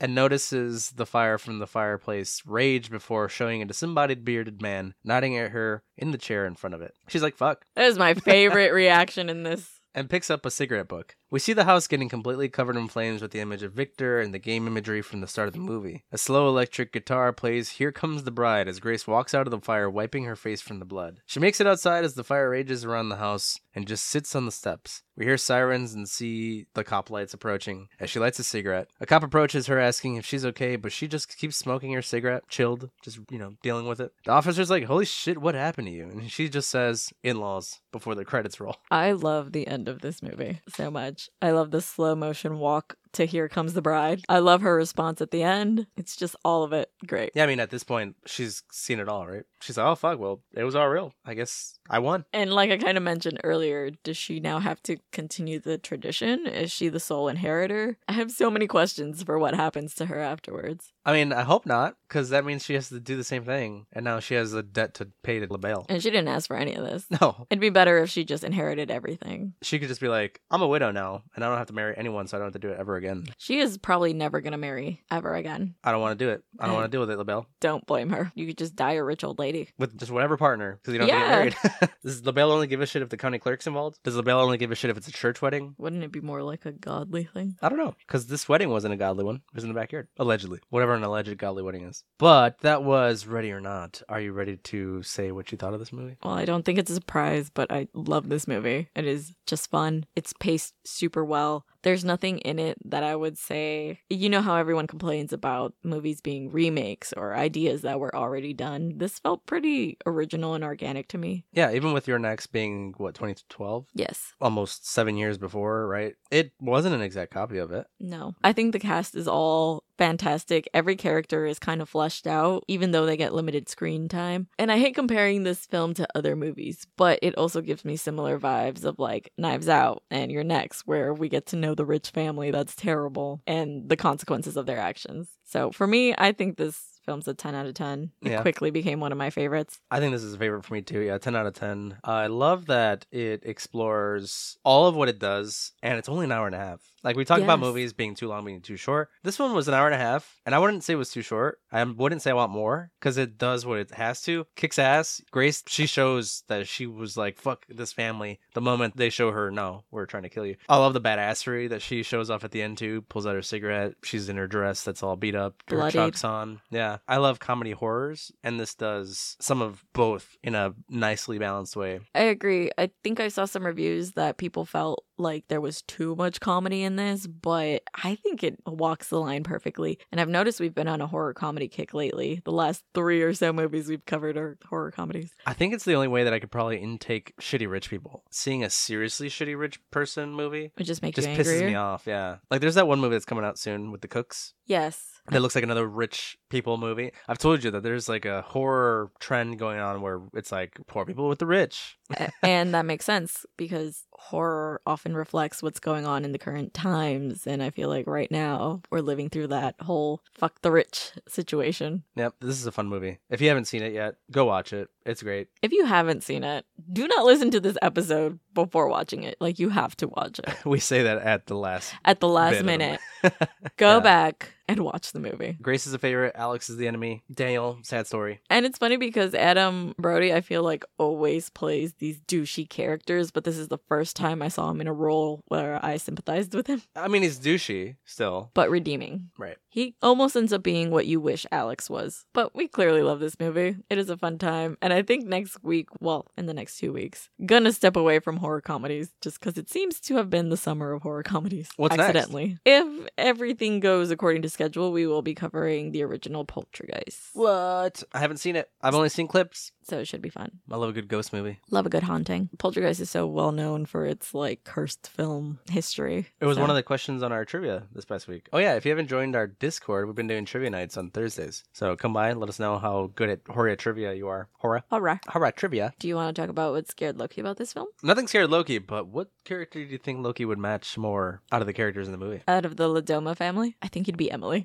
A: and notices the fire from the fireplace rage before showing a disembodied bearded man nodding at her in the chair in front of it. She's like, fuck
B: That is my favorite reaction in this.
A: and picks up a cigarette book. We see the house getting completely covered in flames with the image of Victor and the game imagery from the start of the movie. A slow electric guitar plays Here Comes the Bride as Grace walks out of the fire, wiping her face from the blood. She makes it outside as the fire rages around the house and just sits on the steps. We hear sirens and see the cop lights approaching as she lights a cigarette. A cop approaches her asking if she's okay, but she just keeps smoking her cigarette, chilled, just, you know, dealing with it. The officer's like, Holy shit, what happened to you? And she just says, In laws, before the credits roll.
B: I love the end of this movie so much. I love the slow motion walk to Here Comes the Bride. I love her response at the end. It's just all of it. Great.
A: Yeah, I mean, at this point, she's seen it all, right? She's like, oh, fuck, well, it was all real. I guess I won.
B: And like I kind of mentioned earlier, does she now have to continue the tradition? Is she the sole inheritor? I have so many questions for what happens to her afterwards.
A: I mean, I hope not, because that means she has to do the same thing. And now she has a debt to pay to LaBelle.
B: And she didn't ask for any of this.
A: No,
B: It'd be better if she just inherited everything.
A: she could just be like, I'm a widow now, and I don't have to marry anyone, so I don't have to do it ever again.
B: She is probably never going to marry ever again.
A: I don't want to do it. I don't
B: Right.
A: want to deal with it, LaBelle.
B: Don't blame her. You could just die a rich old lady.
A: With just whatever partner, because you don't have to get married. Does LaBelle only give a shit if the county clerk's involved? Does LaBelle only give a shit if it's a church wedding?
B: Wouldn't it be more like a godly thing?
A: I don't know, because this wedding wasn't a godly one. It was in the backyard, allegedly. Whatever an alleged godly wedding is. But that was Ready or Not. Are you ready to say what you thought of this movie?
B: Well, I don't think it's a surprise, but I love this movie. It is just fun. It's paced super well. There's nothing in it that I would say, you know, how everyone complains about movies being remakes or ideas that were already done. This felt pretty original and organic to me.
A: Yeah, even with your next being what 2012,
B: Yes.
A: almost seven years before, right? It wasn't an exact copy of it.
B: No. I think the cast is all fantastic. Every character is kind of fleshed out, even though they get limited screen time. And I hate comparing this film to other movies, but it also gives me similar vibes of like Knives Out and Your Next, where we get to know the rich family that's terrible and the consequences of their actions. So for me, I think this film's a 10 out of 10. It
A: Yeah.
B: quickly became one of my favorites.
A: I think this is a favorite for me too. Yeah, 10 out of 10. I love that it explores all of what it does, and it's only an hour and a half. Like we talk about
B: Yes.
A: movies being too long, being too short. This one was an hour and a half, and I wouldn't say it was too short. I wouldn't say I want more because it does what it has to. Kicks ass. Grace, she shows that she was like, fuck this family. The moment they show her, no, we're trying to kill you. I love the badassery that she shows off at the end too. Pulls out her cigarette. She's in her dress that's all beat up, her
B: Bloodied.
A: chucks jokes on. Yeah. I love comedy horrors, and this does some of both in a nicely balanced way.
B: I agree. I think I saw some reviews that people felt like there was too much comedy in this, but I think it walks the line perfectly. And I've noticed we've been on a horror comedy kick lately. The last three or so movies we've covered are horror comedies.
A: I think it's the only way that I could probably intake shitty rich people. Seeing a seriously shitty rich person movie
B: It just makes
A: just
B: you
A: pisses me
B: angrier.
A: off. Yeah. Like there's that one movie that's coming out soon with the cooks
B: Yes.
A: that looks like another rich people movie. I've told you that there's like a horror trend going on where it's like poor people with the rich.
B: A- and that makes sense because horror often reflects what's going on in the current times. And I feel like right now we're living through that whole fuck the rich situation.
A: Yep. This is a fun movie. If you haven't seen it yet, go watch it. It's great.
B: If you haven't seen it, do not listen to this episode, before watching it. Like you have to watch it
A: we say that at the last.
B: at the
A: bit
B: last
A: of the
B: minute.
A: movie.
B: Go
A: Yeah.
B: back and watch the movie.
A: Grace is a favorite. Alex is the enemy. Daniel, sad story.
B: And it's funny because Adam Brody, I feel like always plays these douchey characters, but this is the first time I saw him in a role where I sympathized with him,
A: I mean, he's douchey still.
B: but redeeming.
A: Right.
B: He almost ends up being what you wish Alex was. But we clearly love this movie. It is a fun time. And I think next week, well, in the next two weeks, gonna step away from horror comedies just because it seems to have been the summer of horror comedies.
A: What's next?
B: accidentally. If everything goes according to schedule, we will be covering the original Poltergeist.
A: What? I haven't seen it. I've only seen clips.
B: So it should be fun.
A: I love a good ghost movie.
B: Love a good haunting. Poltergeist is so well known for its like cursed film history.
A: It was one of the questions on our trivia this past week. Oh yeah, if you haven't joined our Discord, we've been doing trivia nights on Thursdays. So come by, and let us know how good at horror trivia you are. Horror,
B: All right.
A: horror trivia.
B: Do you want to talk about what scared Loki about this film?
A: Nothing scared Loki, but what character do you think Loki would match more out of the characters in the movie?
B: Out of the Ladoma family, I think he'd be Emily.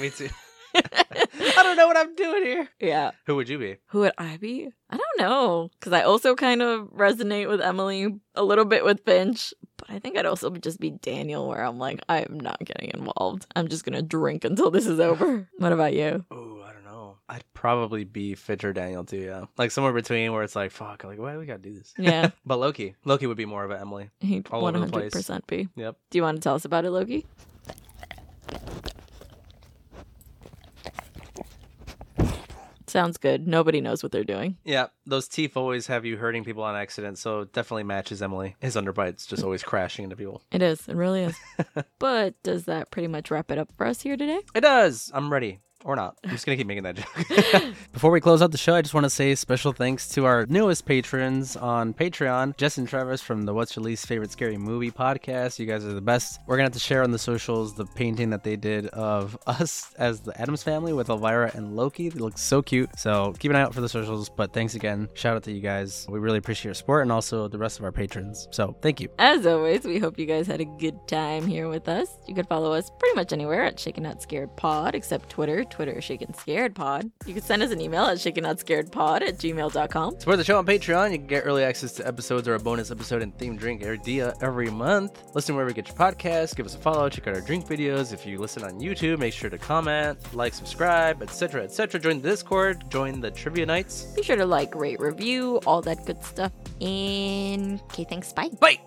A: Me too. I don't know what I'm doing here.
B: yeah.
A: Who would you be?
B: Who would I be? I don't know. Because I also kind of resonate with Emily a little bit with Finch. But I think I'd also just be Daniel, where I'm like, I'm not getting involved. I'm just going to drink until this is over. what about you?
A: Oh, I don't know. I'd probably be Fitch or Daniel too. Yeah, like somewhere between where it's like, fuck, like why we gotta do this?
B: Yeah,
A: But Loki, Loki would be more of an Emily.
B: he'd
A: All over the place.
B: 100% be.
A: Yep.
B: Do you want to tell us about it, Loki? Sounds good. Nobody knows what they're doing.
A: Yeah, those teeth always have you hurting people on accident, so it definitely matches Emily. His underbite's just always crashing into people.
B: It is. It really is. but does that pretty much wrap it up for us here today?
A: It does. I'm ready. Or not. I'm just going to keep making that joke. Before we close out the show, I just want to say special thanks to our newest patrons on Patreon, Jess and Travis from the What's Your Least Favorite Scary Movie podcast. You guys are the best. We're going to have to share on the socials the painting that they did of us as the Adams family with Elvira and Loki. They look so cute. So keep an eye out for the socials. But thanks again. Shout out to you guys. We really appreciate your support and also the rest of our patrons. So thank you.
B: As always, we hope you guys had a good time here with us. You could follow us pretty much anywhere at Shaken Not Scared Pod, except Twitter, Twitter Shaken Scared Pod. You could send us an email at shaken not scared pod at gmail.com.
A: Support the show on Patreon. You can get early access to episodes or a bonus episode and themed drink every dia every month. Listen wherever you get your podcast. Give us a follow. Check out our drink videos. If you listen on YouTube, make sure to comment, like, subscribe, etc., etc. Join the Discord. Join the trivia nights.
B: Be sure to like, rate, review, all that good stuff. And okay, thanks. Bye.
A: Bye.